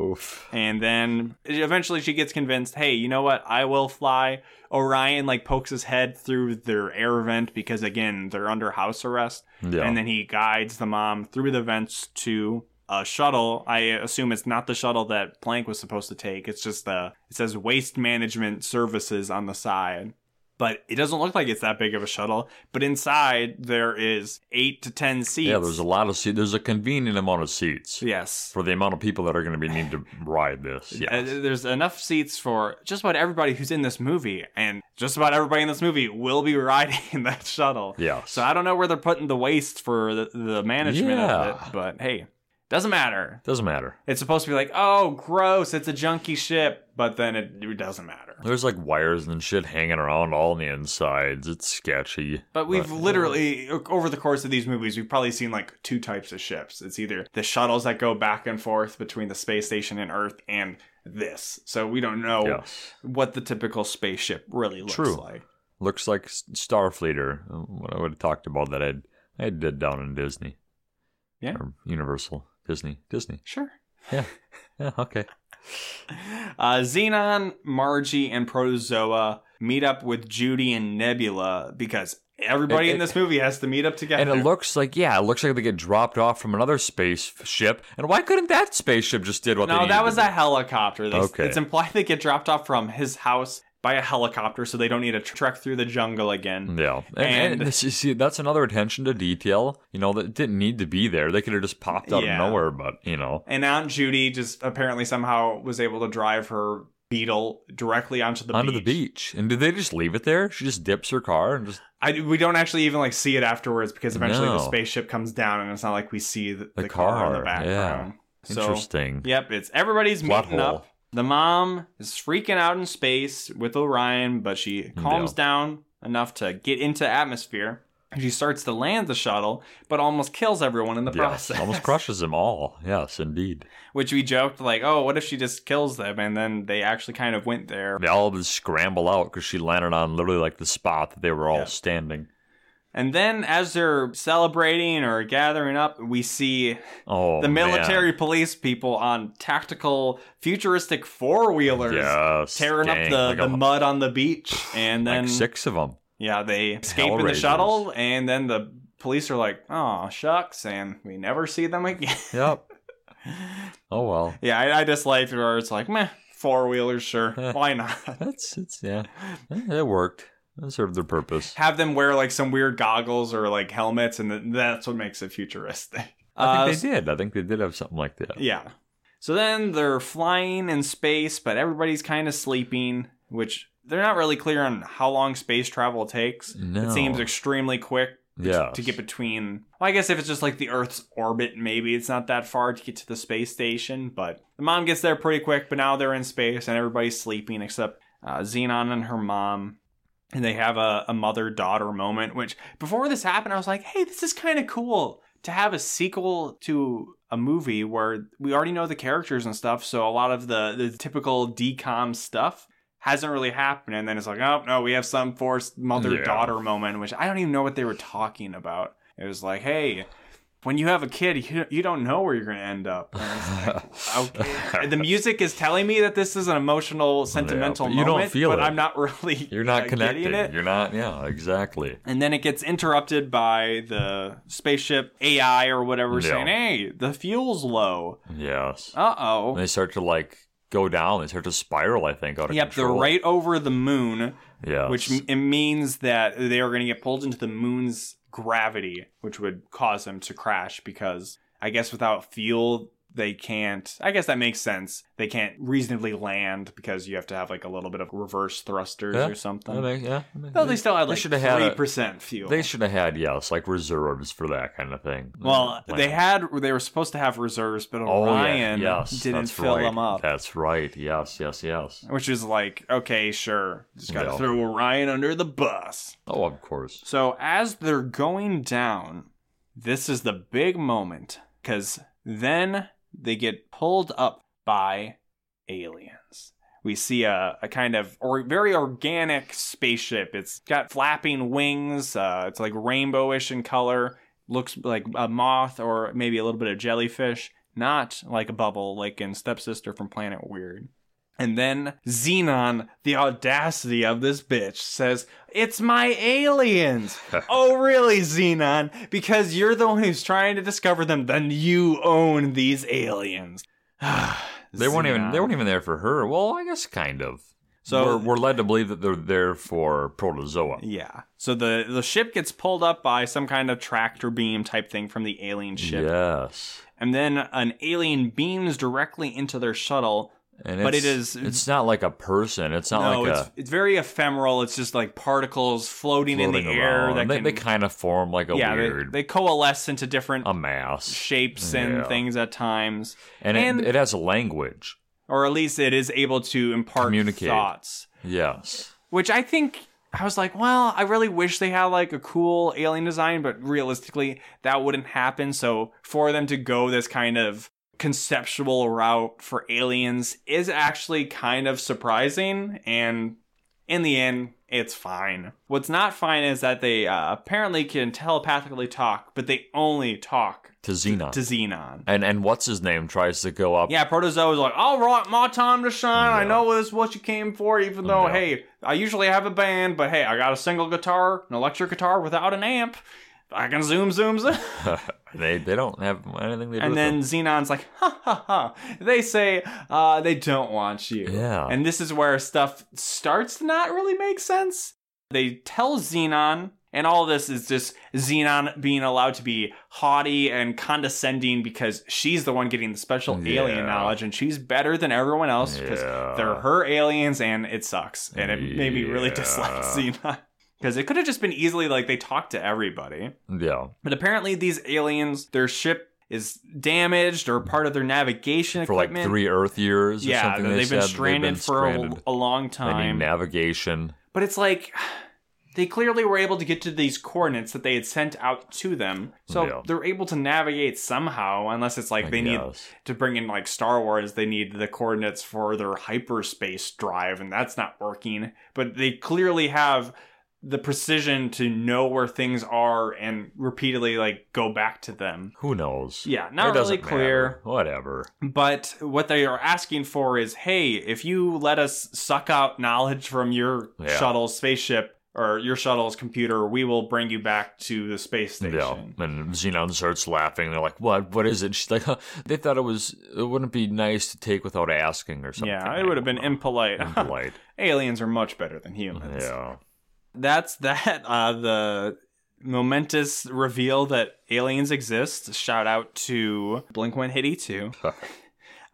[SPEAKER 1] Oof.
[SPEAKER 2] and then eventually she gets convinced, hey, you know what? I will fly. Orion like pokes his head through their air vent because again, they're under house arrest.
[SPEAKER 1] Yeah.
[SPEAKER 2] And then he guides the mom through the vents to a shuttle. I assume it's not the shuttle that Plank was supposed to take. It's just the it says waste management services on the side. But it doesn't look like it's that big of a shuttle. But inside there is eight to ten seats.
[SPEAKER 1] yeah, there's a lot of seats. There's a convenient amount of seats
[SPEAKER 2] yes.
[SPEAKER 1] for the amount of people that are going to be need to ride this.
[SPEAKER 2] Uh,
[SPEAKER 1] Yeah.
[SPEAKER 2] there's enough seats for just about everybody who's in this movie, and just about everybody in this movie will be riding that shuttle.
[SPEAKER 1] Yeah.
[SPEAKER 2] So I don't know where they're putting the waste for the, the management of
[SPEAKER 1] Yeah.
[SPEAKER 2] it, but hey, doesn't matter.
[SPEAKER 1] doesn't matter.
[SPEAKER 2] It's supposed to be like, oh, gross, it's a junky ship, but then it, it doesn't matter.
[SPEAKER 1] There's like wires and shit hanging around all on the insides. It's sketchy.
[SPEAKER 2] But we've literally, o- over the course of these movies, we've probably seen like two types of ships. It's either the shuttles that go back and forth between the space station and Earth and this. So we don't know
[SPEAKER 1] Yes.
[SPEAKER 2] what the typical spaceship really looks
[SPEAKER 1] True.
[SPEAKER 2] like.
[SPEAKER 1] Looks like S- Starfleeter. uh, What I would have talked about that I'd I did down in Disney.
[SPEAKER 2] Yeah.
[SPEAKER 1] Or Universal. Disney. Disney.
[SPEAKER 2] Sure.
[SPEAKER 1] Yeah, okay.
[SPEAKER 2] Uh, Xenon, Margie, and Protozoa meet up with Judy and Nebula because everybody
[SPEAKER 1] It-
[SPEAKER 2] in
[SPEAKER 1] it-
[SPEAKER 2] this movie has to meet up
[SPEAKER 1] And
[SPEAKER 2] together.
[SPEAKER 1] it looks like yeah, it looks like they get dropped off from another spaceship. And why couldn't that spaceship just did what they
[SPEAKER 2] no,
[SPEAKER 1] needed
[SPEAKER 2] that
[SPEAKER 1] to
[SPEAKER 2] was
[SPEAKER 1] do?
[SPEAKER 2] a helicopter. They,
[SPEAKER 1] Okay.
[SPEAKER 2] It's implied they get dropped off from his house by a helicopter, so they don't need to tr- trek through the jungle again.
[SPEAKER 1] Yeah, and, and,
[SPEAKER 2] And-
[SPEAKER 1] this- you see, that's another attention to detail. You know, that didn't need to be there. They could have just popped out
[SPEAKER 2] Yeah.
[SPEAKER 1] of nowhere, but you know,
[SPEAKER 2] And Aunt Judy just apparently somehow was able to drive her beetle directly onto the
[SPEAKER 1] onto the
[SPEAKER 2] beach.
[SPEAKER 1] beach. And did they just leave it there? She just dips her car and just
[SPEAKER 2] I, we don't actually even like see it afterwards because eventually the
[SPEAKER 1] No.
[SPEAKER 2] spaceship comes down and it's not like we see the,
[SPEAKER 1] The
[SPEAKER 2] the car, in the
[SPEAKER 1] car, yeah.
[SPEAKER 2] background. So
[SPEAKER 1] interesting.
[SPEAKER 2] Yep, it's everybody's
[SPEAKER 1] Plot
[SPEAKER 2] meeting
[SPEAKER 1] hole.
[SPEAKER 2] up. The mom is freaking out in space with Orion, but she calms
[SPEAKER 1] Yeah.
[SPEAKER 2] down enough to get into atmosphere. She starts to land the shuttle, but almost kills everyone in the
[SPEAKER 1] Yes,
[SPEAKER 2] process.
[SPEAKER 1] almost crushes them all. Yes, indeed.
[SPEAKER 2] Which we joked like, oh, what if she just kills them? And then they actually kind of went there.
[SPEAKER 1] They all just scramble out because she landed on literally like the spot that they were all
[SPEAKER 2] Yeah.
[SPEAKER 1] standing.
[SPEAKER 2] And then as they're celebrating or gathering up, we see
[SPEAKER 1] Oh,
[SPEAKER 2] the
[SPEAKER 1] man.
[SPEAKER 2] military police people on tactical, futuristic four wheelers
[SPEAKER 1] yes,
[SPEAKER 2] tearing
[SPEAKER 1] dang,
[SPEAKER 2] up
[SPEAKER 1] like
[SPEAKER 2] the,
[SPEAKER 1] a-
[SPEAKER 2] the mud on the beach. And then
[SPEAKER 1] like six of them.
[SPEAKER 2] Yeah, they escape in the
[SPEAKER 1] Hellraisers.
[SPEAKER 2] shuttle, and then the police are like, "Oh shucks," and we never see them again.
[SPEAKER 1] Yep. oh well,
[SPEAKER 2] yeah, I, I just like where it's like, "Meh, four wheelers, sure, why not?"
[SPEAKER 1] that's it's yeah, Eh, it worked. It served their purpose.
[SPEAKER 2] Have them wear like some weird goggles or like helmets, and th- that's what makes it futuristic.
[SPEAKER 1] I
[SPEAKER 2] Uh,
[SPEAKER 1] think they did. I think they did have something like that.
[SPEAKER 2] Yeah. So then they're flying in space, but everybody's kind of sleeping, which they're not really clear on how long space travel takes.
[SPEAKER 1] No.
[SPEAKER 2] It seems extremely quick,
[SPEAKER 1] Yeah.
[SPEAKER 2] to get between. Well, I guess if it's just like the Earth's orbit, maybe it's not that far to get to the space station. But the mom gets there pretty quick. But now they're in space and everybody's sleeping except uh, Xenon and her mom. And they have a, a mother daughter moment, which before this happened, I was like, hey, this is kind of cool to have a sequel to a movie where we already know the characters and stuff. So a lot of the, the typical DCOM stuff hasn't really happened. And then it's like, oh, no, we have some forced mother daughter moment, which I don't even know what they were talking about. It was like, hey, when you have a kid, you, you don't know where you're going to end up. And it's like, okay. the music is telling me that this is an emotional, sentimental
[SPEAKER 1] but you don't
[SPEAKER 2] moment,
[SPEAKER 1] feel
[SPEAKER 2] but
[SPEAKER 1] it.
[SPEAKER 2] I'm not really
[SPEAKER 1] You're
[SPEAKER 2] uh,
[SPEAKER 1] not
[SPEAKER 2] getting
[SPEAKER 1] connecting.
[SPEAKER 2] it.
[SPEAKER 1] You're not. Yeah, exactly.
[SPEAKER 2] And then it gets interrupted by the spaceship AI or whatever
[SPEAKER 1] Yeah.
[SPEAKER 2] saying, hey, the fuel's low.
[SPEAKER 1] Yes.
[SPEAKER 2] Uh
[SPEAKER 1] And
[SPEAKER 2] oh.
[SPEAKER 1] they start to like go down. They start to spiral. I think. Out of
[SPEAKER 2] Yep, they're
[SPEAKER 1] control.
[SPEAKER 2] right over the moon,
[SPEAKER 1] Yeah.
[SPEAKER 2] which m- it means that they are going to get pulled into the moon's gravity, which would cause them to crash because I guess without fuel, they can't. I guess that makes sense. They can't reasonably land because you have to have like a little bit of reverse thrusters
[SPEAKER 1] Yeah,
[SPEAKER 2] or
[SPEAKER 1] That
[SPEAKER 2] something.
[SPEAKER 1] make- yeah. that make-
[SPEAKER 2] Though they still had
[SPEAKER 1] They
[SPEAKER 2] like
[SPEAKER 1] should've had a-
[SPEAKER 2] 3% fuel.
[SPEAKER 1] They should have had yes, like reserves for that kind of thing.
[SPEAKER 2] Well,
[SPEAKER 1] Like-
[SPEAKER 2] they had they were supposed to have reserves, but
[SPEAKER 1] Oh yeah,
[SPEAKER 2] Orion
[SPEAKER 1] yes,
[SPEAKER 2] didn't
[SPEAKER 1] that's
[SPEAKER 2] fill
[SPEAKER 1] right.
[SPEAKER 2] them up,
[SPEAKER 1] That's right. Yes, yes, yes.
[SPEAKER 2] which is like okay, sure, just gotta
[SPEAKER 1] Yeah.
[SPEAKER 2] throw Orion under the bus.
[SPEAKER 1] Oh, of course.
[SPEAKER 2] So as they're going down, this is the big moment because then they get pulled up by aliens. We see a, a kind of or very organic spaceship. It's got flapping wings. Uh, it's like rainbowish in color. Looks like a moth or maybe a little bit of jellyfish. Not like a bubble, like in Stepsister from Planet Weird. And then Xenon, the audacity of this bitch, says, It's my aliens! oh, really, Xenon? Because you're the one who's trying to discover them, then you own these aliens.
[SPEAKER 1] They weren't even. They
[SPEAKER 2] Xenon.
[SPEAKER 1] weren't even there for her. Well, I guess kind of.
[SPEAKER 2] So-
[SPEAKER 1] So we're, we're led to believe that they're there for protozoa.
[SPEAKER 2] Yeah. So the the ship gets pulled up by some kind of tractor beam type thing from the alien ship,
[SPEAKER 1] Yes.
[SPEAKER 2] and then an alien beams directly into their shuttle.
[SPEAKER 1] And
[SPEAKER 2] But
[SPEAKER 1] it's,
[SPEAKER 2] it is-
[SPEAKER 1] It's not like a person. It's not
[SPEAKER 2] no,
[SPEAKER 1] like
[SPEAKER 2] it's
[SPEAKER 1] a.
[SPEAKER 2] it's very ephemeral. It's just like particles floating, in the
[SPEAKER 1] floating
[SPEAKER 2] air
[SPEAKER 1] around.
[SPEAKER 2] that
[SPEAKER 1] they,
[SPEAKER 2] can,
[SPEAKER 1] they kind of form like a
[SPEAKER 2] yeah, they-
[SPEAKER 1] weird
[SPEAKER 2] They, coalesce into different
[SPEAKER 1] a mass,
[SPEAKER 2] shapes and
[SPEAKER 1] Yeah.
[SPEAKER 2] things at times,
[SPEAKER 1] and,
[SPEAKER 2] and-
[SPEAKER 1] it, it has a language.
[SPEAKER 2] or at least it is able to impart
[SPEAKER 1] Communicate.
[SPEAKER 2] thoughts.
[SPEAKER 1] Yes,
[SPEAKER 2] which I think I was like, well, I really wish they had like a cool alien design, but realistically, that wouldn't happen. So for them to go this kind of conceptual route for aliens is actually kind of surprising and in the end it's fine what's not fine is that they uh, apparently can telepathically talk but they only talk
[SPEAKER 1] to Xenon.
[SPEAKER 2] to xenon
[SPEAKER 1] and and what's his name tries to go up.
[SPEAKER 2] yeah, Protozoa was like, all right, my time to shine. I
[SPEAKER 1] Yeah.
[SPEAKER 2] know this is what you came for, even though,
[SPEAKER 1] Yeah.
[SPEAKER 2] hey, I usually have a band, but hey, I got a single guitar, an electric guitar without an amp. I can zoom, zoom, zoom.
[SPEAKER 1] they they don't have anything to do
[SPEAKER 2] and
[SPEAKER 1] with
[SPEAKER 2] then
[SPEAKER 1] them.
[SPEAKER 2] Xenon's like, ha ha ha. They say uh, they don't want you.
[SPEAKER 1] Yeah.
[SPEAKER 2] And this is where stuff starts to not really make sense. They tell Xenon, and all this is just Xenon being allowed to be haughty and condescending because she's the one getting the special
[SPEAKER 1] Yeah.
[SPEAKER 2] alien knowledge and she's better than everyone else because
[SPEAKER 1] Yeah.
[SPEAKER 2] they're her aliens and it sucks. And it made me really
[SPEAKER 1] Yeah.
[SPEAKER 2] dislike Xenon. Because it could have just been easily like they talk to everybody.
[SPEAKER 1] yeah,
[SPEAKER 2] But apparently, these aliens, their ship is damaged or part of their navigation
[SPEAKER 1] for like
[SPEAKER 2] equipment.
[SPEAKER 1] three Earth years. or
[SPEAKER 2] yeah,
[SPEAKER 1] something
[SPEAKER 2] they've,
[SPEAKER 1] they
[SPEAKER 2] been
[SPEAKER 1] said.
[SPEAKER 2] stranded for a-
[SPEAKER 1] stranded.
[SPEAKER 2] A, long
[SPEAKER 1] They need
[SPEAKER 2] time.
[SPEAKER 1] navigation.
[SPEAKER 2] but it's like they clearly were able to get to these coordinates that they had sent out to them, so
[SPEAKER 1] Yeah.
[SPEAKER 2] they're able to navigate somehow. Unless it's like
[SPEAKER 1] I
[SPEAKER 2] they need
[SPEAKER 1] guess.
[SPEAKER 2] to bring in like Star Wars, they need the coordinates for their hyperspace drive, and that's not working. But they clearly have the precision to know where things are and repeatedly like go back to them.
[SPEAKER 1] Who knows?
[SPEAKER 2] Yeah,
[SPEAKER 1] It
[SPEAKER 2] not
[SPEAKER 1] doesn't
[SPEAKER 2] really clear.
[SPEAKER 1] matter. Whatever.
[SPEAKER 2] But what they are asking for is, hey, if you let us suck out knowledge from your
[SPEAKER 1] Yeah.
[SPEAKER 2] shuttle spaceship or your shuttle's computer, we will bring you back to the space station.
[SPEAKER 1] Yeah, and Xenon starts laughing. They're like, "What? What is it?" And she's like, huh, "They thought it was. It wouldn't be nice to take without asking or something."
[SPEAKER 2] Yeah,
[SPEAKER 1] I
[SPEAKER 2] it would have
[SPEAKER 1] don't
[SPEAKER 2] been
[SPEAKER 1] know.
[SPEAKER 2] impolite.
[SPEAKER 1] impolite.
[SPEAKER 2] Aliens are much better than humans.
[SPEAKER 1] yeah,
[SPEAKER 2] That's that. Uh, the momentous reveal that aliens exist. Shout out to Blink 182.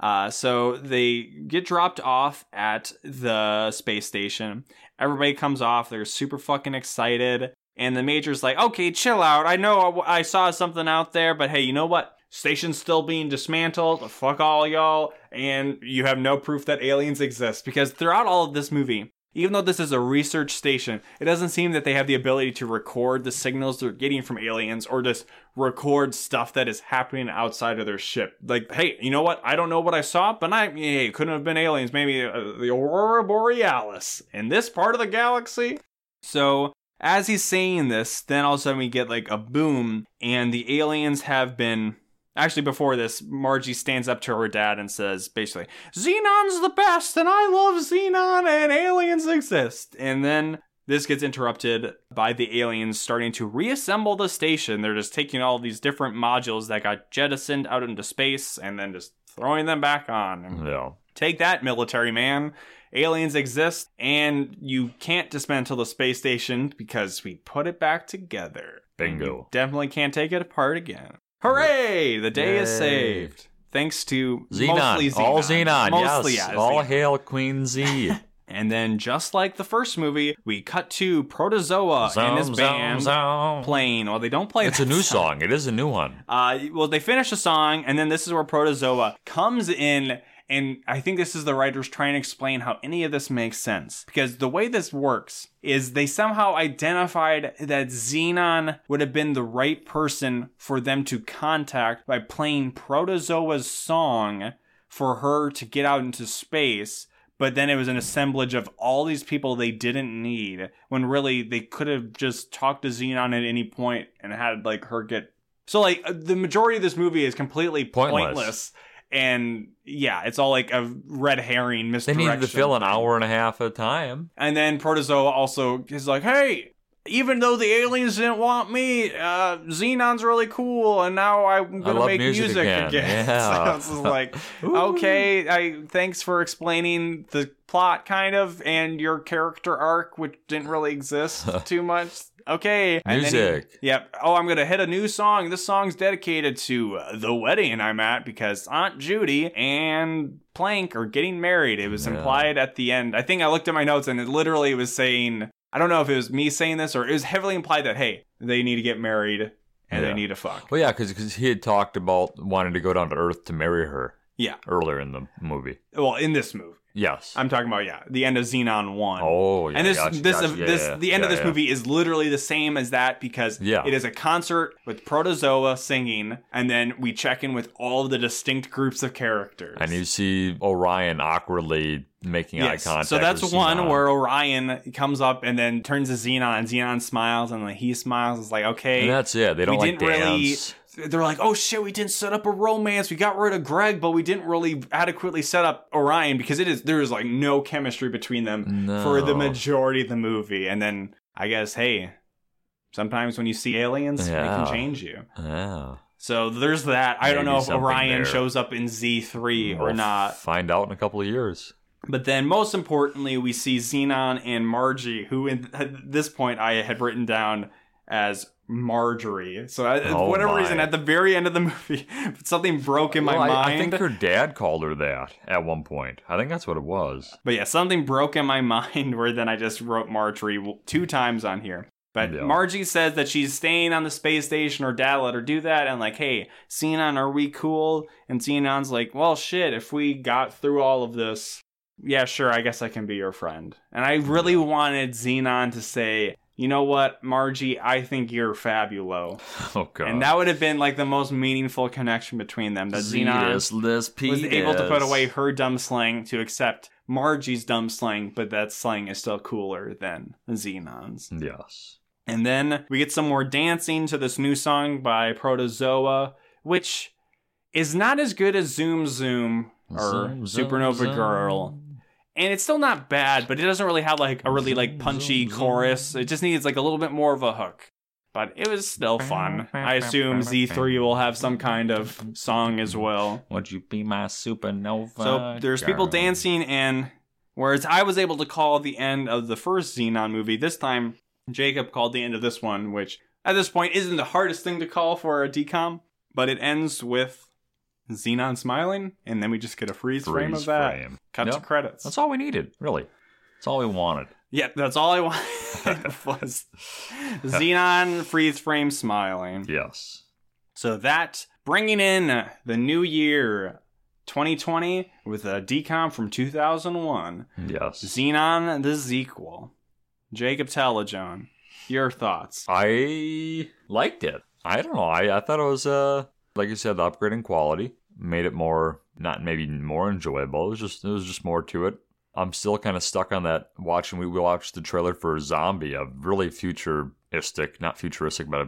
[SPEAKER 2] Uh, so they get dropped off at the space station. Everybody comes off. They're super fucking excited. And the major's like, okay, chill out. I know I, I saw something out there, but hey, you know what? Station's still being dismantled. Fuck all y'all. And you have no proof that aliens exist. Because throughout all of this movie, even though this is a research station, it doesn't seem that they have the ability to record the signals they're getting from aliens or just record stuff that is happening outside of their ship. Like, hey, you know what? I don't know what I saw, but I yeah, it couldn't have been aliens. Maybe uh, the aurora borealis in this part of the galaxy. So as he's saying this, then all of a sudden we get like a boom, and the aliens have been. Actually, before this, Margie stands up to her dad and says, basically, Xenon's the best, and I love Xenon, and aliens exist. And then this gets interrupted by the aliens starting to reassemble the station. They're just taking all these different modules that got jettisoned out into space and then just throwing them back on. And
[SPEAKER 1] Yeah.
[SPEAKER 2] Take that, military man. Aliens exist, and you can't dismantle the space station because we put it back together.
[SPEAKER 1] Bingo.
[SPEAKER 2] Definitely can't take it apart again. Hooray! The day is
[SPEAKER 1] Yay.
[SPEAKER 2] saved. Thanks to
[SPEAKER 1] Xenon.
[SPEAKER 2] mostly Xenon.
[SPEAKER 1] All Xenon.
[SPEAKER 2] Mostly,
[SPEAKER 1] yes.
[SPEAKER 2] yeah,
[SPEAKER 1] All
[SPEAKER 2] Xenon.
[SPEAKER 1] hail Queen Z.
[SPEAKER 2] And then, just like the first movie, we cut to Protozoa and his
[SPEAKER 1] Zom, zom,
[SPEAKER 2] Uh, band
[SPEAKER 1] zom.
[SPEAKER 2] playing. Well, they don't play.
[SPEAKER 1] It's a
[SPEAKER 2] that
[SPEAKER 1] new song. It is a new one.
[SPEAKER 2] Uh, well, they finish the song, and then this is where Protozoa comes in, and I think this is the writers trying to explain how any of this makes sense. Because the way this works is they somehow identified that Xenon would have been the right person for them to contact by playing Protozoa's song for her to get out into space. But then it was an assemblage of all these people they didn't need when really they could have just talked to Xenon at any point and had like her get so like uh, the majority of this movie is completely pointless.
[SPEAKER 1] Pointless.
[SPEAKER 2] And yeah, it's all like a red herring
[SPEAKER 1] They
[SPEAKER 2] misdirection.
[SPEAKER 1] needed to fill an hour and a half at a time.
[SPEAKER 2] And then Protozoa also is like, hey, even though the aliens didn't want me, uh, Xenon's really cool, and now I'm gonna
[SPEAKER 1] love
[SPEAKER 2] make music,
[SPEAKER 1] music
[SPEAKER 2] again.
[SPEAKER 1] again.
[SPEAKER 2] so
[SPEAKER 1] Yeah.
[SPEAKER 2] it's just like,
[SPEAKER 1] Ooh.
[SPEAKER 2] okay, I thanks for explaining the plot, kind of, and your character arc, which didn't really exist too much. Okay, And then he-
[SPEAKER 1] Music.
[SPEAKER 2] yep. Oh, I'm gonna hit a new song. This song's dedicated to uh, the wedding I'm at because Aunt Judy and Plank are getting married. It was
[SPEAKER 1] Yeah.
[SPEAKER 2] implied at the end. I think I looked at my notes and it literally was saying, I don't know if it was me saying this or it was heavily implied that hey, they need to get married and they
[SPEAKER 1] Yeah.
[SPEAKER 2] need to fuck.
[SPEAKER 1] Well, yeah, because he had talked about wanting to go down to Earth to marry her.
[SPEAKER 2] Yeah.
[SPEAKER 1] Earlier in the movie.
[SPEAKER 2] Well, in this movie,
[SPEAKER 1] Yes.
[SPEAKER 2] I'm talking about yeah, the end of Xenon One.
[SPEAKER 1] oh, yeah.
[SPEAKER 2] and this
[SPEAKER 1] gotcha,
[SPEAKER 2] this
[SPEAKER 1] gotcha, yeah,
[SPEAKER 2] this
[SPEAKER 1] yeah,
[SPEAKER 2] the end of
[SPEAKER 1] yeah,
[SPEAKER 2] this
[SPEAKER 1] yeah.
[SPEAKER 2] movie is literally the same as that because
[SPEAKER 1] Yeah.
[SPEAKER 2] it is a concert with protozoa singing and then we check in with all the distinct groups of characters
[SPEAKER 1] And you see Orion awkwardly making eye
[SPEAKER 2] Yes.
[SPEAKER 1] contact.
[SPEAKER 2] so that's
[SPEAKER 1] with
[SPEAKER 2] one
[SPEAKER 1] Xenon.
[SPEAKER 2] where Orion comes up and then turns to Xenon, and Xenon smiles, and then he smiles. It's like, okay,
[SPEAKER 1] And that's it. They don't
[SPEAKER 2] we
[SPEAKER 1] like
[SPEAKER 2] didn't really-
[SPEAKER 1] dance.
[SPEAKER 2] they're like, oh shit, we didn't set up a romance. We got rid of Greg, but we didn't really adequately set up Orion because it is there is like no chemistry between them
[SPEAKER 1] No.
[SPEAKER 2] for the majority of the movie. And then I guess, hey, sometimes when you see aliens, they
[SPEAKER 1] Yeah.
[SPEAKER 2] can change you.
[SPEAKER 1] Yeah.
[SPEAKER 2] So there's that. I don't
[SPEAKER 1] Maybe
[SPEAKER 2] know if
[SPEAKER 1] something
[SPEAKER 2] Orion
[SPEAKER 1] there.
[SPEAKER 2] shows up in Z3 or
[SPEAKER 1] We'll
[SPEAKER 2] not.
[SPEAKER 1] Find out in a couple of years.
[SPEAKER 2] But then, most importantly, we see Xenon and Margie, who in, at this point I had written down as Marjorie. So, I,
[SPEAKER 1] Oh
[SPEAKER 2] for whatever
[SPEAKER 1] my.
[SPEAKER 2] reason, at the very end of the movie, something broke in my
[SPEAKER 1] Well, I, I
[SPEAKER 2] mind.
[SPEAKER 1] think her dad called her that at one point. I think that's what it was.
[SPEAKER 2] but yeah, something broke in my mind where then I just wrote Marjorie w- two times on here. But
[SPEAKER 1] Yeah.
[SPEAKER 2] Margie says that she's staying on the space station, or Dad let her do that, and like, hey, Xenon, are we cool? And Xenon's like, well, shit, if we got through all of this, yeah, sure, I guess I can be your friend. And I really wanted Xenon to say, you know what, Margie, I think you're fabulo.
[SPEAKER 1] Oh god.
[SPEAKER 2] And that would have been like the most meaningful connection between them. That Xenon
[SPEAKER 1] Zetus, Liz
[SPEAKER 2] uh, was
[SPEAKER 1] Petus.
[SPEAKER 2] able to put away her dumb slang to accept Margie's dumb slang, but that slang is still cooler than Xenon's.
[SPEAKER 1] Yes.
[SPEAKER 2] And then we get some more dancing to this new song by Protozoa, which is not as good as Zoom Zoom or
[SPEAKER 1] Zoom, zoom,
[SPEAKER 2] Supernova
[SPEAKER 1] zoom.
[SPEAKER 2] Girl. And it's still not bad, but it doesn't really have like a really like
[SPEAKER 1] Zoom,
[SPEAKER 2] punchy
[SPEAKER 1] zoom, zoom.
[SPEAKER 2] chorus. It just needs like a little bit more of a hook. But it was still fun. I assume Z3 will have some kind of song as well.
[SPEAKER 1] Would you be my supernova?
[SPEAKER 2] So there's people
[SPEAKER 1] girl?
[SPEAKER 2] dancing, and whereas I was able to call the end of the first Xenon movie, this time Jacob called the end of this one, which at this point isn't the hardest thing to call for a decom, but it ends with Xenon smiling, and then we just get a freeze, frame
[SPEAKER 1] Freeze
[SPEAKER 2] of that.
[SPEAKER 1] frame.
[SPEAKER 2] Cut to
[SPEAKER 1] Yep.
[SPEAKER 2] credits.
[SPEAKER 1] That's all we needed, really. That's all we wanted.
[SPEAKER 2] Yeah, that's all I wanted was Xenon freeze frame smiling.
[SPEAKER 1] Yes.
[SPEAKER 2] So that bringing in the new year 2020 with a decom from 2001,
[SPEAKER 1] Yes.
[SPEAKER 2] Xenon the sequel. Jacob Telejohn, your thoughts?
[SPEAKER 1] I liked it. I don't know. I, I thought it was uh like you said, the upgrade in quality made it more not maybe more enjoyable. It was just it was just more to it. I'm still kind of stuck on that watching we we watched the trailer for Zombie, a really futuristic, not futuristic, but a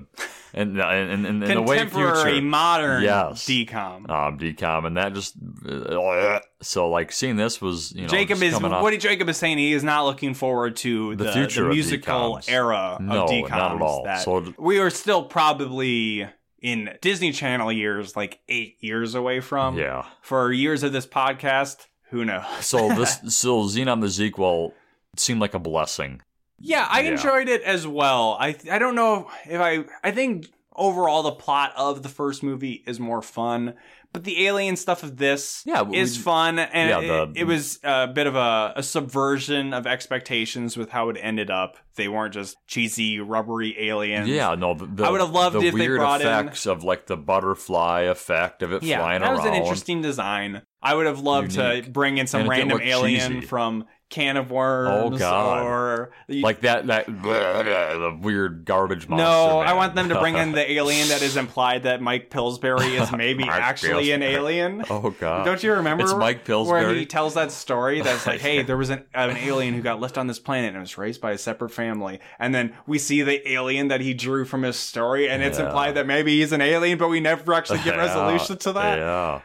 [SPEAKER 1] and and, and, and in a way
[SPEAKER 2] Contemporary
[SPEAKER 1] future
[SPEAKER 2] modern
[SPEAKER 1] Yes.
[SPEAKER 2] decom.
[SPEAKER 1] um, decom, and that just uh, so like seeing this was you know
[SPEAKER 2] Jacob
[SPEAKER 1] just
[SPEAKER 2] is
[SPEAKER 1] coming off-
[SPEAKER 2] Woody Jacob is saying he is not looking forward to the,
[SPEAKER 1] The future of
[SPEAKER 2] musical
[SPEAKER 1] decoms.
[SPEAKER 2] era
[SPEAKER 1] no
[SPEAKER 2] of decoms.
[SPEAKER 1] not at all.
[SPEAKER 2] that-
[SPEAKER 1] So
[SPEAKER 2] we are still probably in Disney Channel years, like eight years away from.
[SPEAKER 1] yeah,
[SPEAKER 2] For years of this podcast, who knows?
[SPEAKER 1] so this so Xenon the sequel seemed like a blessing.
[SPEAKER 2] Yeah, I
[SPEAKER 1] Yeah.
[SPEAKER 2] enjoyed it as well. I I don't know if I I think overall the plot of the first movie is more fun, but the alien stuff of this
[SPEAKER 1] Yeah, we-
[SPEAKER 2] is fun, and
[SPEAKER 1] yeah,
[SPEAKER 2] it-
[SPEAKER 1] the-
[SPEAKER 2] it, was a bit of a, a subversion of expectations with how it ended up. They weren't just cheesy rubbery aliens.
[SPEAKER 1] yeah, no. The, the-
[SPEAKER 2] I would have loved
[SPEAKER 1] the
[SPEAKER 2] if they
[SPEAKER 1] weird
[SPEAKER 2] brought in-
[SPEAKER 1] effects of like the butterfly effect of it
[SPEAKER 2] yeah,
[SPEAKER 1] flying
[SPEAKER 2] that
[SPEAKER 1] around.
[SPEAKER 2] was an interesting design. I would have loved to
[SPEAKER 1] Unique.
[SPEAKER 2] bring in some
[SPEAKER 1] And it didn't
[SPEAKER 2] random
[SPEAKER 1] look
[SPEAKER 2] alien
[SPEAKER 1] cheesy. Oh,
[SPEAKER 2] from Can of Worms
[SPEAKER 1] God.
[SPEAKER 2] or
[SPEAKER 1] like that that the weird garbage monster.
[SPEAKER 2] No, I
[SPEAKER 1] man.
[SPEAKER 2] want them to bring in the alien that is implied that Mike Pillsbury is maybe
[SPEAKER 1] Mark
[SPEAKER 2] actually an
[SPEAKER 1] Pillsbury.
[SPEAKER 2] alien.
[SPEAKER 1] oh god,
[SPEAKER 2] Don't you remember?
[SPEAKER 1] It's Mike
[SPEAKER 2] Where he
[SPEAKER 1] Pillsbury.
[SPEAKER 2] tells that story that's like, hey,
[SPEAKER 1] Yeah.
[SPEAKER 2] there was an, an alien who got left on this planet and was raised by a separate family. And then we see the alien that he drew from his story, and it's
[SPEAKER 1] Yeah.
[SPEAKER 2] implied that maybe he's an alien, but we never actually get
[SPEAKER 1] Yeah,
[SPEAKER 2] resolution to that.
[SPEAKER 1] Yeah.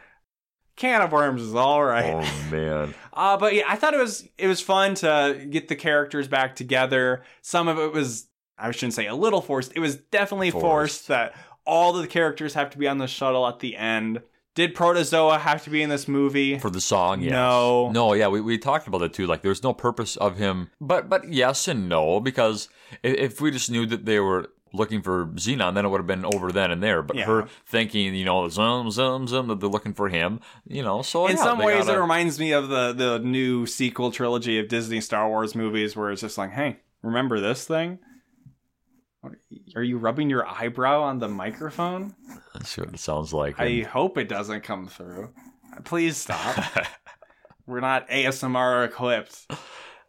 [SPEAKER 2] Can of worms is all right.
[SPEAKER 1] Oh man.
[SPEAKER 2] Uh, but yeah, I thought it was it was fun to get the characters back together. Some of it was I shouldn't say a little forced. It was definitely forced,
[SPEAKER 1] Forced.
[SPEAKER 2] that all the characters have to be on the shuttle at the end. Did Protozoa have to be in this movie?
[SPEAKER 1] For the song, yes.
[SPEAKER 2] No.
[SPEAKER 1] No, yeah, we, we talked about that too. Like there's no purpose of him but but yes and no, because if, if we just knew that they were looking for Xenon, then it would have been over then and there. But
[SPEAKER 2] Yeah.
[SPEAKER 1] her thinking, you know, zoom, zoom, zoom, that they're looking for him, you know, so
[SPEAKER 2] in
[SPEAKER 1] yeah,
[SPEAKER 2] some
[SPEAKER 1] they
[SPEAKER 2] ways,
[SPEAKER 1] gotta-
[SPEAKER 2] it reminds me of the the new sequel trilogy of Disney Star Wars movies, where it's just like, hey, remember this thing? What- Are you rubbing your eyebrow on the microphone?
[SPEAKER 1] Let's see what it sounds like.
[SPEAKER 2] I hope it doesn't come through. Please stop.
[SPEAKER 1] And-
[SPEAKER 2] We're not ASMR equipped.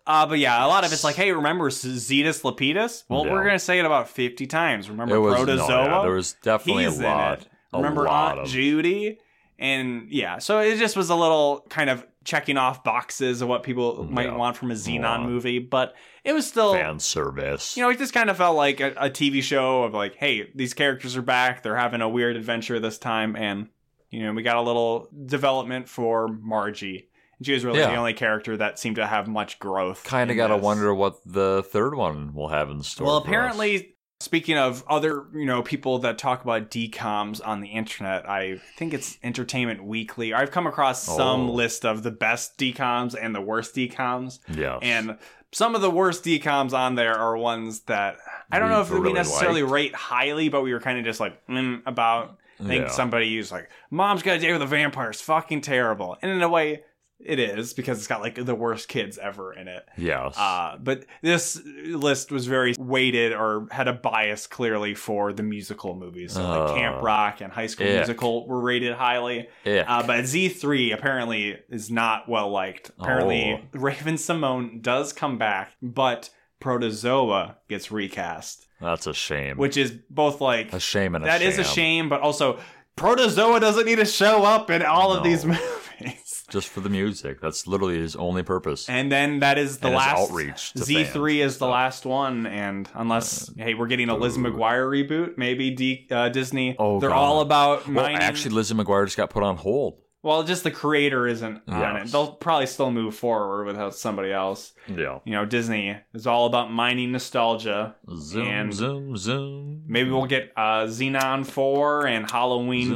[SPEAKER 2] Uh, but yeah, a lot of it's like, hey, remember Zetus Lapidus? Well,
[SPEAKER 1] Yeah.
[SPEAKER 2] we're gonna say it about fifty times. Remember
[SPEAKER 1] it was no,
[SPEAKER 2] Protozoa?
[SPEAKER 1] yeah, there was definitely
[SPEAKER 2] He's
[SPEAKER 1] a lot.
[SPEAKER 2] in it.
[SPEAKER 1] a
[SPEAKER 2] Remember
[SPEAKER 1] lot of-
[SPEAKER 2] Aunt Judy? And yeah, so it just was a little kind of checking off boxes of what people might
[SPEAKER 1] Yeah.
[SPEAKER 2] want from a Xenon
[SPEAKER 1] Lot.
[SPEAKER 2] movie, but it was still
[SPEAKER 1] Fan service.
[SPEAKER 2] you know, it just kind of felt like a, a TV show of like, hey, these characters are back. They're having a weird adventure this time. And, you know, we got a little development for Margie. And She was really the
[SPEAKER 1] Yeah.
[SPEAKER 2] only character that seemed to have much growth.
[SPEAKER 1] kind of
[SPEAKER 2] in
[SPEAKER 1] got to
[SPEAKER 2] this.
[SPEAKER 1] wonder what the third one will have in store.
[SPEAKER 2] Well,
[SPEAKER 1] for us.
[SPEAKER 2] apparently, speaking of other, you know, people that talk about decoms on the internet, I think it's Entertainment Weekly. I've come across some
[SPEAKER 1] Oh.
[SPEAKER 2] list of the best decoms and the worst decoms.
[SPEAKER 1] yeah.
[SPEAKER 2] And some of the worst decoms on there are ones that I don't
[SPEAKER 1] We
[SPEAKER 2] know if we
[SPEAKER 1] really
[SPEAKER 2] necessarily
[SPEAKER 1] liked.
[SPEAKER 2] rate highly, but we were kind of just like mm, about. I think
[SPEAKER 1] Yeah.
[SPEAKER 2] somebody who's like, "Mom's got a date with a vampire is fucking terrible," and in a way, it is because it's got like the worst kids ever in it.
[SPEAKER 1] yes.
[SPEAKER 2] Uh, but this list was very weighted or had a bias clearly for the musical movies. So like
[SPEAKER 1] Uh,
[SPEAKER 2] Camp Rock and High School
[SPEAKER 1] ick.
[SPEAKER 2] Musical were rated highly.
[SPEAKER 1] yeah.
[SPEAKER 2] Uh, but Z3 apparently is not well liked. Apparently,
[SPEAKER 1] Oh.
[SPEAKER 2] Raven Simone does come back, but Protozoa gets recast,
[SPEAKER 1] That's a shame.
[SPEAKER 2] which is both like
[SPEAKER 1] a shame and a
[SPEAKER 2] that
[SPEAKER 1] sham.
[SPEAKER 2] is a shame, but also Protozoa doesn't need to show up in all of
[SPEAKER 1] No.
[SPEAKER 2] these movies.
[SPEAKER 1] Just for the music. That's literally his only purpose.
[SPEAKER 2] And then that is the
[SPEAKER 1] And his
[SPEAKER 2] last
[SPEAKER 1] outreach to
[SPEAKER 2] Z3 is the
[SPEAKER 1] so.
[SPEAKER 2] last one, and unless hey, we're getting a Liz
[SPEAKER 1] Uh, ooh.
[SPEAKER 2] McGuire reboot, maybe D, uh, Disney.
[SPEAKER 1] Oh,
[SPEAKER 2] they're
[SPEAKER 1] God.
[SPEAKER 2] all about
[SPEAKER 1] well,
[SPEAKER 2] mining-
[SPEAKER 1] actually, Lizzie McGuire just got put on hold.
[SPEAKER 2] Well, just the creator isn't on
[SPEAKER 1] Yes.
[SPEAKER 2] it. They'll probably still move forward without somebody else.
[SPEAKER 1] Yeah.
[SPEAKER 2] You know, Disney is all about mining nostalgia.
[SPEAKER 1] Zoom,
[SPEAKER 2] And-
[SPEAKER 1] zoom, zoom.
[SPEAKER 2] Maybe we'll get uh, Xenon 4 and Halloween
[SPEAKER 1] Zoom,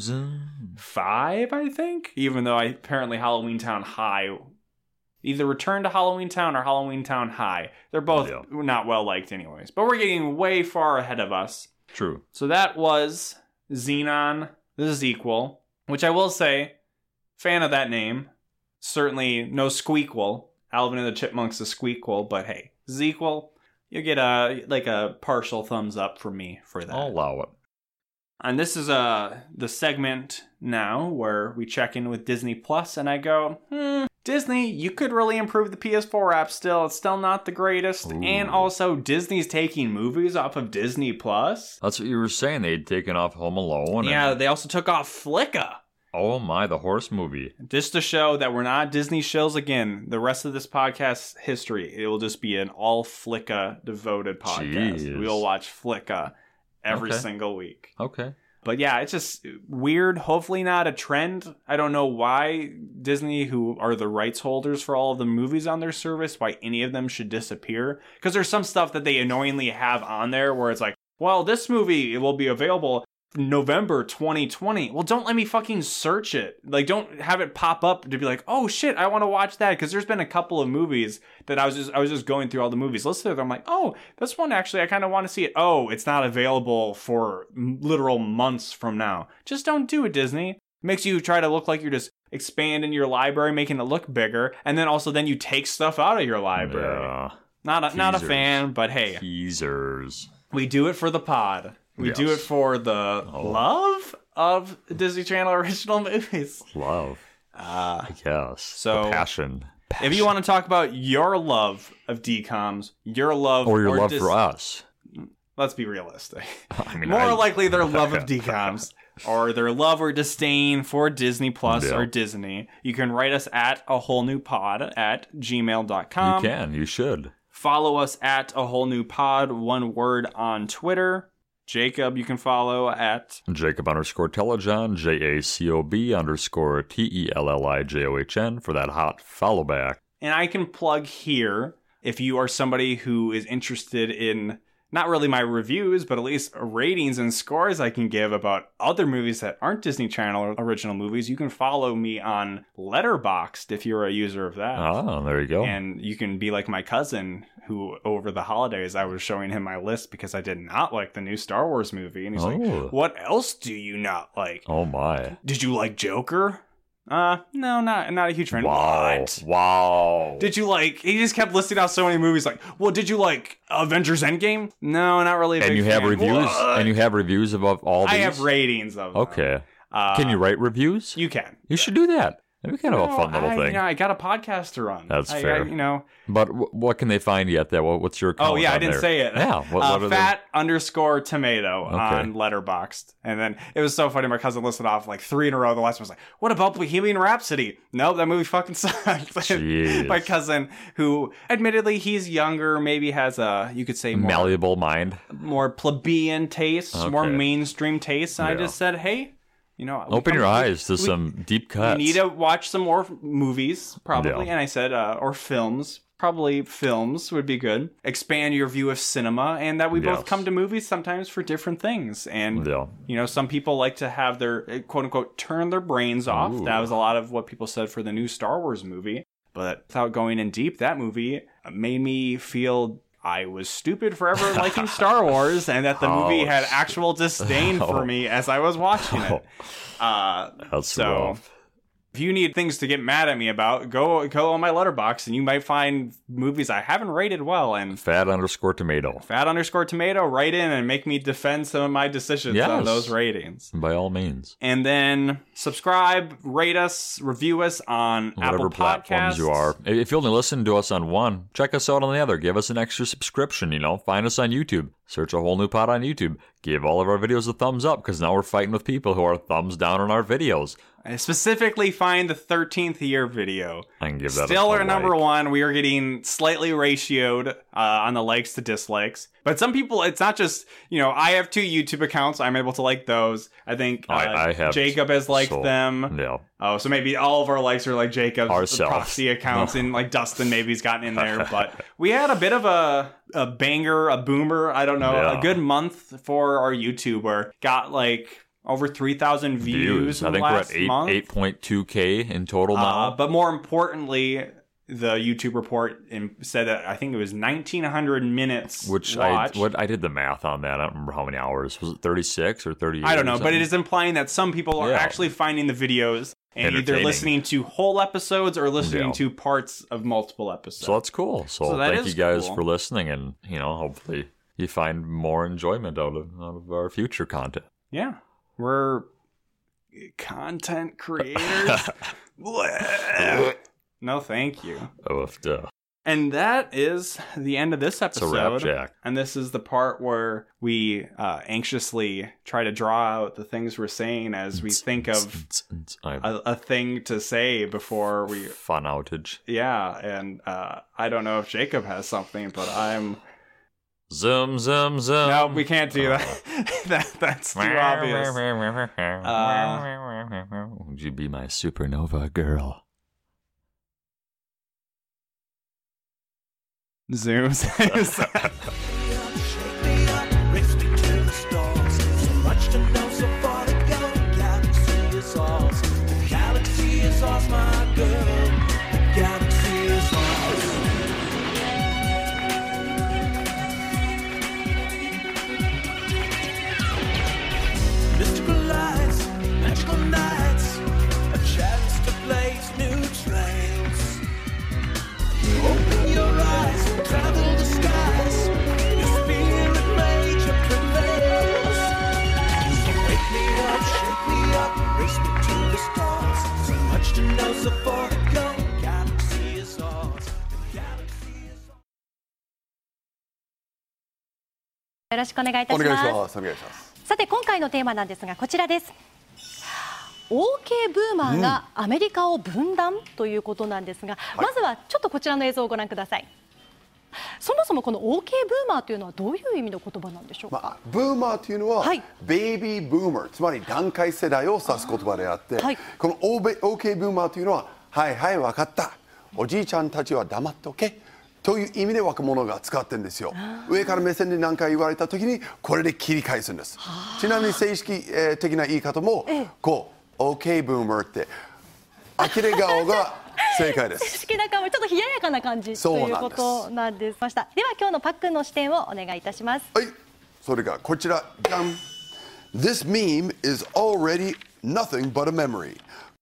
[SPEAKER 1] Zoom, zoom.
[SPEAKER 2] 5, I think. Even though I apparently Halloween Town High either Return to Halloween Town or Halloween Town High. They're both
[SPEAKER 1] Yeah.
[SPEAKER 2] not well liked anyways. But we're getting way far ahead of us.
[SPEAKER 1] True.
[SPEAKER 2] So that was Xenon the sequel, which I will say, fan of that name. Certainly no squeakquel Alvin and the Chipmunks a squeakquel, but hey, Zequel, you get a like a partial thumbs up from me for that.
[SPEAKER 1] I'll allow it.
[SPEAKER 2] And this is uh the segment now where we check in with Disney Plus and I go, hmm, Disney, you could really improve the PS4 app still. It's still not the greatest.
[SPEAKER 1] Ooh.
[SPEAKER 2] And also Disney's taking movies off of Disney Plus.
[SPEAKER 1] That's what you were saying. They'd taken off Home Alone. and-
[SPEAKER 2] Yeah, they also took off Flicka.
[SPEAKER 1] oh my, the horse movie.
[SPEAKER 2] Just to show that we're not Disney shills again, the rest of this podcast history, it will just be an all Flicka devoted podcast.
[SPEAKER 1] Jeez.
[SPEAKER 2] We'll watch Flicka every
[SPEAKER 1] Okay.
[SPEAKER 2] single week.
[SPEAKER 1] Okay.
[SPEAKER 2] But yeah, it's just weird. Hopefully, not a trend. I don't know why Disney, who are the rights holders for all of the movies on their service, why any of them should disappear. Because there's some stuff that they annoyingly have on there where it's like, well, this movie will be available November 2020. Well, don't let me fucking search it. Like, don't have it pop up to be like, oh shit, I want to watch that. Because there's been a couple of movies that I was just I was just going through all the movies listed. there. I'm like, oh, this one actually I kind of want to see it. Oh, it's not available for m- literal months from now. Just don't do it, Disney. Makes you try to look like you're just expanding your library, making it look bigger, and then also then you take stuff out of your library.
[SPEAKER 1] Yeah.
[SPEAKER 2] Not a, not a
[SPEAKER 1] Teasers.
[SPEAKER 2] fan, but hey,
[SPEAKER 1] Teasers.
[SPEAKER 2] we do it for the pod. We do it
[SPEAKER 1] Yes.
[SPEAKER 2] for the
[SPEAKER 1] Oh.
[SPEAKER 2] love of Disney Channel original movies.
[SPEAKER 1] Love.
[SPEAKER 2] Uh,
[SPEAKER 1] I guess.
[SPEAKER 2] So-
[SPEAKER 1] The passion.
[SPEAKER 2] if you want to talk about your love of DComs, your love
[SPEAKER 1] Or your love
[SPEAKER 2] dis-
[SPEAKER 1] for us.
[SPEAKER 2] Let's be realistic.
[SPEAKER 1] I mean,
[SPEAKER 2] More
[SPEAKER 1] I-
[SPEAKER 2] likely their love of DComs or their love or disdain for Disney Plus
[SPEAKER 1] Yeah.
[SPEAKER 2] or Disney. You can write us at a whole new pod at gmail.com.
[SPEAKER 1] you can. You should.
[SPEAKER 2] Follow us at a whole new pod, one word on Twitter. Jacob, you can follow at
[SPEAKER 1] Jacob underscore Telejohn, J A C O B underscore T E L L I J O H N for that hot follow back.
[SPEAKER 2] And I can plug here if you are somebody who is interested in not really my reviews, but at least ratings and scores I can give about other movies that aren't Disney Channel original movies. You can follow me on Letterboxd if you're a user of that.
[SPEAKER 1] Ah, there you go.
[SPEAKER 2] And you can be like my cousin, who over the holidays I was showing him my list because I did not like the new Star Wars movie. And he's
[SPEAKER 1] oh.
[SPEAKER 2] like, What else do you not like?
[SPEAKER 1] oh my.
[SPEAKER 2] Did you like Joker? Uh, no, not not a huge fan.
[SPEAKER 1] Wow.
[SPEAKER 2] What?
[SPEAKER 1] Wow.
[SPEAKER 2] Did you like? He just kept listing out so many movies. Like, well, did you like Avengers Endgame? No, not really. A
[SPEAKER 1] and
[SPEAKER 2] big
[SPEAKER 1] you have
[SPEAKER 2] fan.
[SPEAKER 1] reviews
[SPEAKER 2] What?
[SPEAKER 1] and you have reviews of of all these
[SPEAKER 2] I have ratings of. them.
[SPEAKER 1] okay
[SPEAKER 2] Uh,
[SPEAKER 1] can you write reviews you,
[SPEAKER 2] You can.
[SPEAKER 1] should do that that'd be kind of a
[SPEAKER 2] No,
[SPEAKER 1] fun little
[SPEAKER 2] I,
[SPEAKER 1] thing
[SPEAKER 2] You know, I got a podcast to run.
[SPEAKER 1] That's
[SPEAKER 2] I- I-
[SPEAKER 1] fair.
[SPEAKER 2] you know.
[SPEAKER 1] but w- what can they find yet that what, what's your account
[SPEAKER 2] Oh yeah, I
[SPEAKER 1] on
[SPEAKER 2] didn't
[SPEAKER 1] there?
[SPEAKER 2] say it.
[SPEAKER 1] yeah what,
[SPEAKER 2] uh,
[SPEAKER 1] what are
[SPEAKER 2] fat underscore tomato
[SPEAKER 1] Okay.
[SPEAKER 2] on Letterboxd, and then it was so funny. My cousin listed off like three in a row. The last one was like, "What about Bohemian Rhapsody?" No, that movie fucking sucks.
[SPEAKER 1] they? Jeez.
[SPEAKER 2] My cousin, who admittedly he's younger, maybe has a you could say more
[SPEAKER 1] malleable mind
[SPEAKER 2] more plebeian tastes, more
[SPEAKER 1] Okay.
[SPEAKER 2] mainstream tastes. And I
[SPEAKER 1] Yeah.
[SPEAKER 2] just said, hey, you know, we
[SPEAKER 1] open
[SPEAKER 2] come-
[SPEAKER 1] your eyes to
[SPEAKER 2] we-
[SPEAKER 1] some deep
[SPEAKER 2] We
[SPEAKER 1] cuts
[SPEAKER 2] need to watch some more movies, probably.
[SPEAKER 1] Yeah.
[SPEAKER 2] And I said, uh, or films. Probably films would be good. Expand your view of cinema, and that we both
[SPEAKER 1] Yes.
[SPEAKER 2] come to movies sometimes for different things. And
[SPEAKER 1] yeah
[SPEAKER 2] you know, some people like to have their uh, quote unquote turn their brains off.
[SPEAKER 1] Ooh.
[SPEAKER 2] That was a lot of what people said for the new Star Wars movie. But without going in deep, that movie made me feel I was stupid for ever liking Star Wars and that the
[SPEAKER 1] Oh,
[SPEAKER 2] movie had
[SPEAKER 1] shit.
[SPEAKER 2] actual disdain for
[SPEAKER 1] Oh.
[SPEAKER 2] me as I was watching it. Uh,
[SPEAKER 1] that's
[SPEAKER 2] so
[SPEAKER 1] rough
[SPEAKER 2] if you need things to get mad at me about, go go on my letterbox and you might find movies I haven't rated well and
[SPEAKER 1] fat underscore tomato
[SPEAKER 2] fat underscore tomato write in and make me defend some of my decisions on
[SPEAKER 1] Yes.
[SPEAKER 2] those ratings
[SPEAKER 1] by all means
[SPEAKER 2] and then subscribe, rate us, review us on
[SPEAKER 1] Whatever
[SPEAKER 2] Apple
[SPEAKER 1] platforms
[SPEAKER 2] Podcasts.
[SPEAKER 1] you are. If you only listen to us on one, check us out on the other. Give us an extra subscription, you know. Find us on YouTube. Search a whole new pod on YouTube. Give all of our videos a thumbs up because now we're fighting with people who are thumbs down on our videos.
[SPEAKER 2] I specifically find the 13th year video.
[SPEAKER 1] I can give that
[SPEAKER 2] Still
[SPEAKER 1] a
[SPEAKER 2] our number
[SPEAKER 1] like.
[SPEAKER 2] one. We are getting slightly ratioed uh, on the likes to dislikes. But some people, it's not just, you know, I have two YouTube accounts. I'm able to like those. I think uh,
[SPEAKER 1] I- I have
[SPEAKER 2] Jacob has liked
[SPEAKER 1] so-
[SPEAKER 2] them.
[SPEAKER 1] Yeah.
[SPEAKER 2] Oh, so maybe all of our likes are like Jacob's
[SPEAKER 1] Ourselves.
[SPEAKER 2] proxy accounts, and like Dustin maybe's gotten in there. But we had a bit of a a banger, a boomer. I don't know,
[SPEAKER 1] Yeah.
[SPEAKER 2] a good month for our YouTuber. Got like over three thousand views. in
[SPEAKER 1] I
[SPEAKER 2] the
[SPEAKER 1] think we're
[SPEAKER 2] last
[SPEAKER 1] at eight
[SPEAKER 2] month.
[SPEAKER 1] eight point two K in total
[SPEAKER 2] Uh,
[SPEAKER 1] now.
[SPEAKER 2] but more importantly, the YouTube report in, said that I think it was nineteen hundred minutes,
[SPEAKER 1] Which
[SPEAKER 2] watched.
[SPEAKER 1] I what I did the math on that. I don't remember how many hours. Was it thirty six or thirty eight?
[SPEAKER 2] I don't know, but it is implying that some people are
[SPEAKER 1] Yeah.
[SPEAKER 2] actually finding the videos and either
[SPEAKER 1] Entertaining.
[SPEAKER 2] listening to whole episodes or listening
[SPEAKER 1] Yeah.
[SPEAKER 2] to parts of multiple episodes.
[SPEAKER 1] So that's cool. So,
[SPEAKER 2] So that
[SPEAKER 1] thank you
[SPEAKER 2] is
[SPEAKER 1] guys
[SPEAKER 2] cool.
[SPEAKER 1] for listening, and you know, hopefully you find more enjoyment out of out of our future content.
[SPEAKER 2] yeah, we're content creators. Bleh. no, thank you.
[SPEAKER 1] Oh, if the-
[SPEAKER 2] And that is the end of this
[SPEAKER 1] it's a wrap,
[SPEAKER 2] episode.
[SPEAKER 1] Jack.
[SPEAKER 2] And this is the part where we uh, anxiously try to draw out the things we're saying as we think of
[SPEAKER 1] I-
[SPEAKER 2] a, a thing to say before we.
[SPEAKER 1] fun outage.
[SPEAKER 2] Yeah, and uh, I don't know if Jacob has something, but I'm.
[SPEAKER 1] Zoom, zoom, zoom.
[SPEAKER 2] No, we can't do that. that that's too obvious. Uh,
[SPEAKER 1] Would you be my supernova girl?
[SPEAKER 2] Zooms.
[SPEAKER 4] Shake me up, race me to the stars. So much to know, so far to go. Galaxy is ours. The galaxy is ours, my girl. The galaxy is ours. Mystical lights, magical nights, a chance to blaze new trails. Open your eyes, travel the skies. Your spirit major prevails. So wake me up, shake me up, race me to the stars. So much to know, so far to go. Galaxy is ours. The galaxy is ours.
[SPEAKER 5] よろしくお願いいた
[SPEAKER 6] お
[SPEAKER 5] し
[SPEAKER 6] 願いし
[SPEAKER 5] ます
[SPEAKER 6] ます。お願いします。
[SPEAKER 5] さて今回のテーマなんですがこちらです OK ブーマーがアメリカを分断ということなんですが、まずはちょっとこちらの映像をご覧くださいそもそもこの OK ブーマーというのはどういう意味の言葉なんでしょうか、
[SPEAKER 6] まあ、ブーマーというのは、
[SPEAKER 5] はい
[SPEAKER 6] ベイビーブーマー、つまり団塊世代を指す言葉であって、
[SPEAKER 5] はい
[SPEAKER 6] この OB OK ブーマーというのは、はいはい、分かった、おじいちゃんたちは黙っておけ。という意味で若者が使ってるんですよ上から目線で何か言われた時にこれで切り返すんですちなみに正式、えー的な言い方も
[SPEAKER 5] ええ
[SPEAKER 6] こう OK ブーマーって呆れ顔が正解で
[SPEAKER 5] 正
[SPEAKER 6] す
[SPEAKER 5] 式な顔ちょっと冷ややかな感じ
[SPEAKER 6] そう
[SPEAKER 5] と
[SPEAKER 6] なん
[SPEAKER 5] い
[SPEAKER 6] で
[SPEAKER 5] うことなんで
[SPEAKER 6] す
[SPEAKER 5] すましたでは今日のパックンの視点をお願いいたします
[SPEAKER 6] はい、それがこちら。じゃん This meme is already nothing but a memory.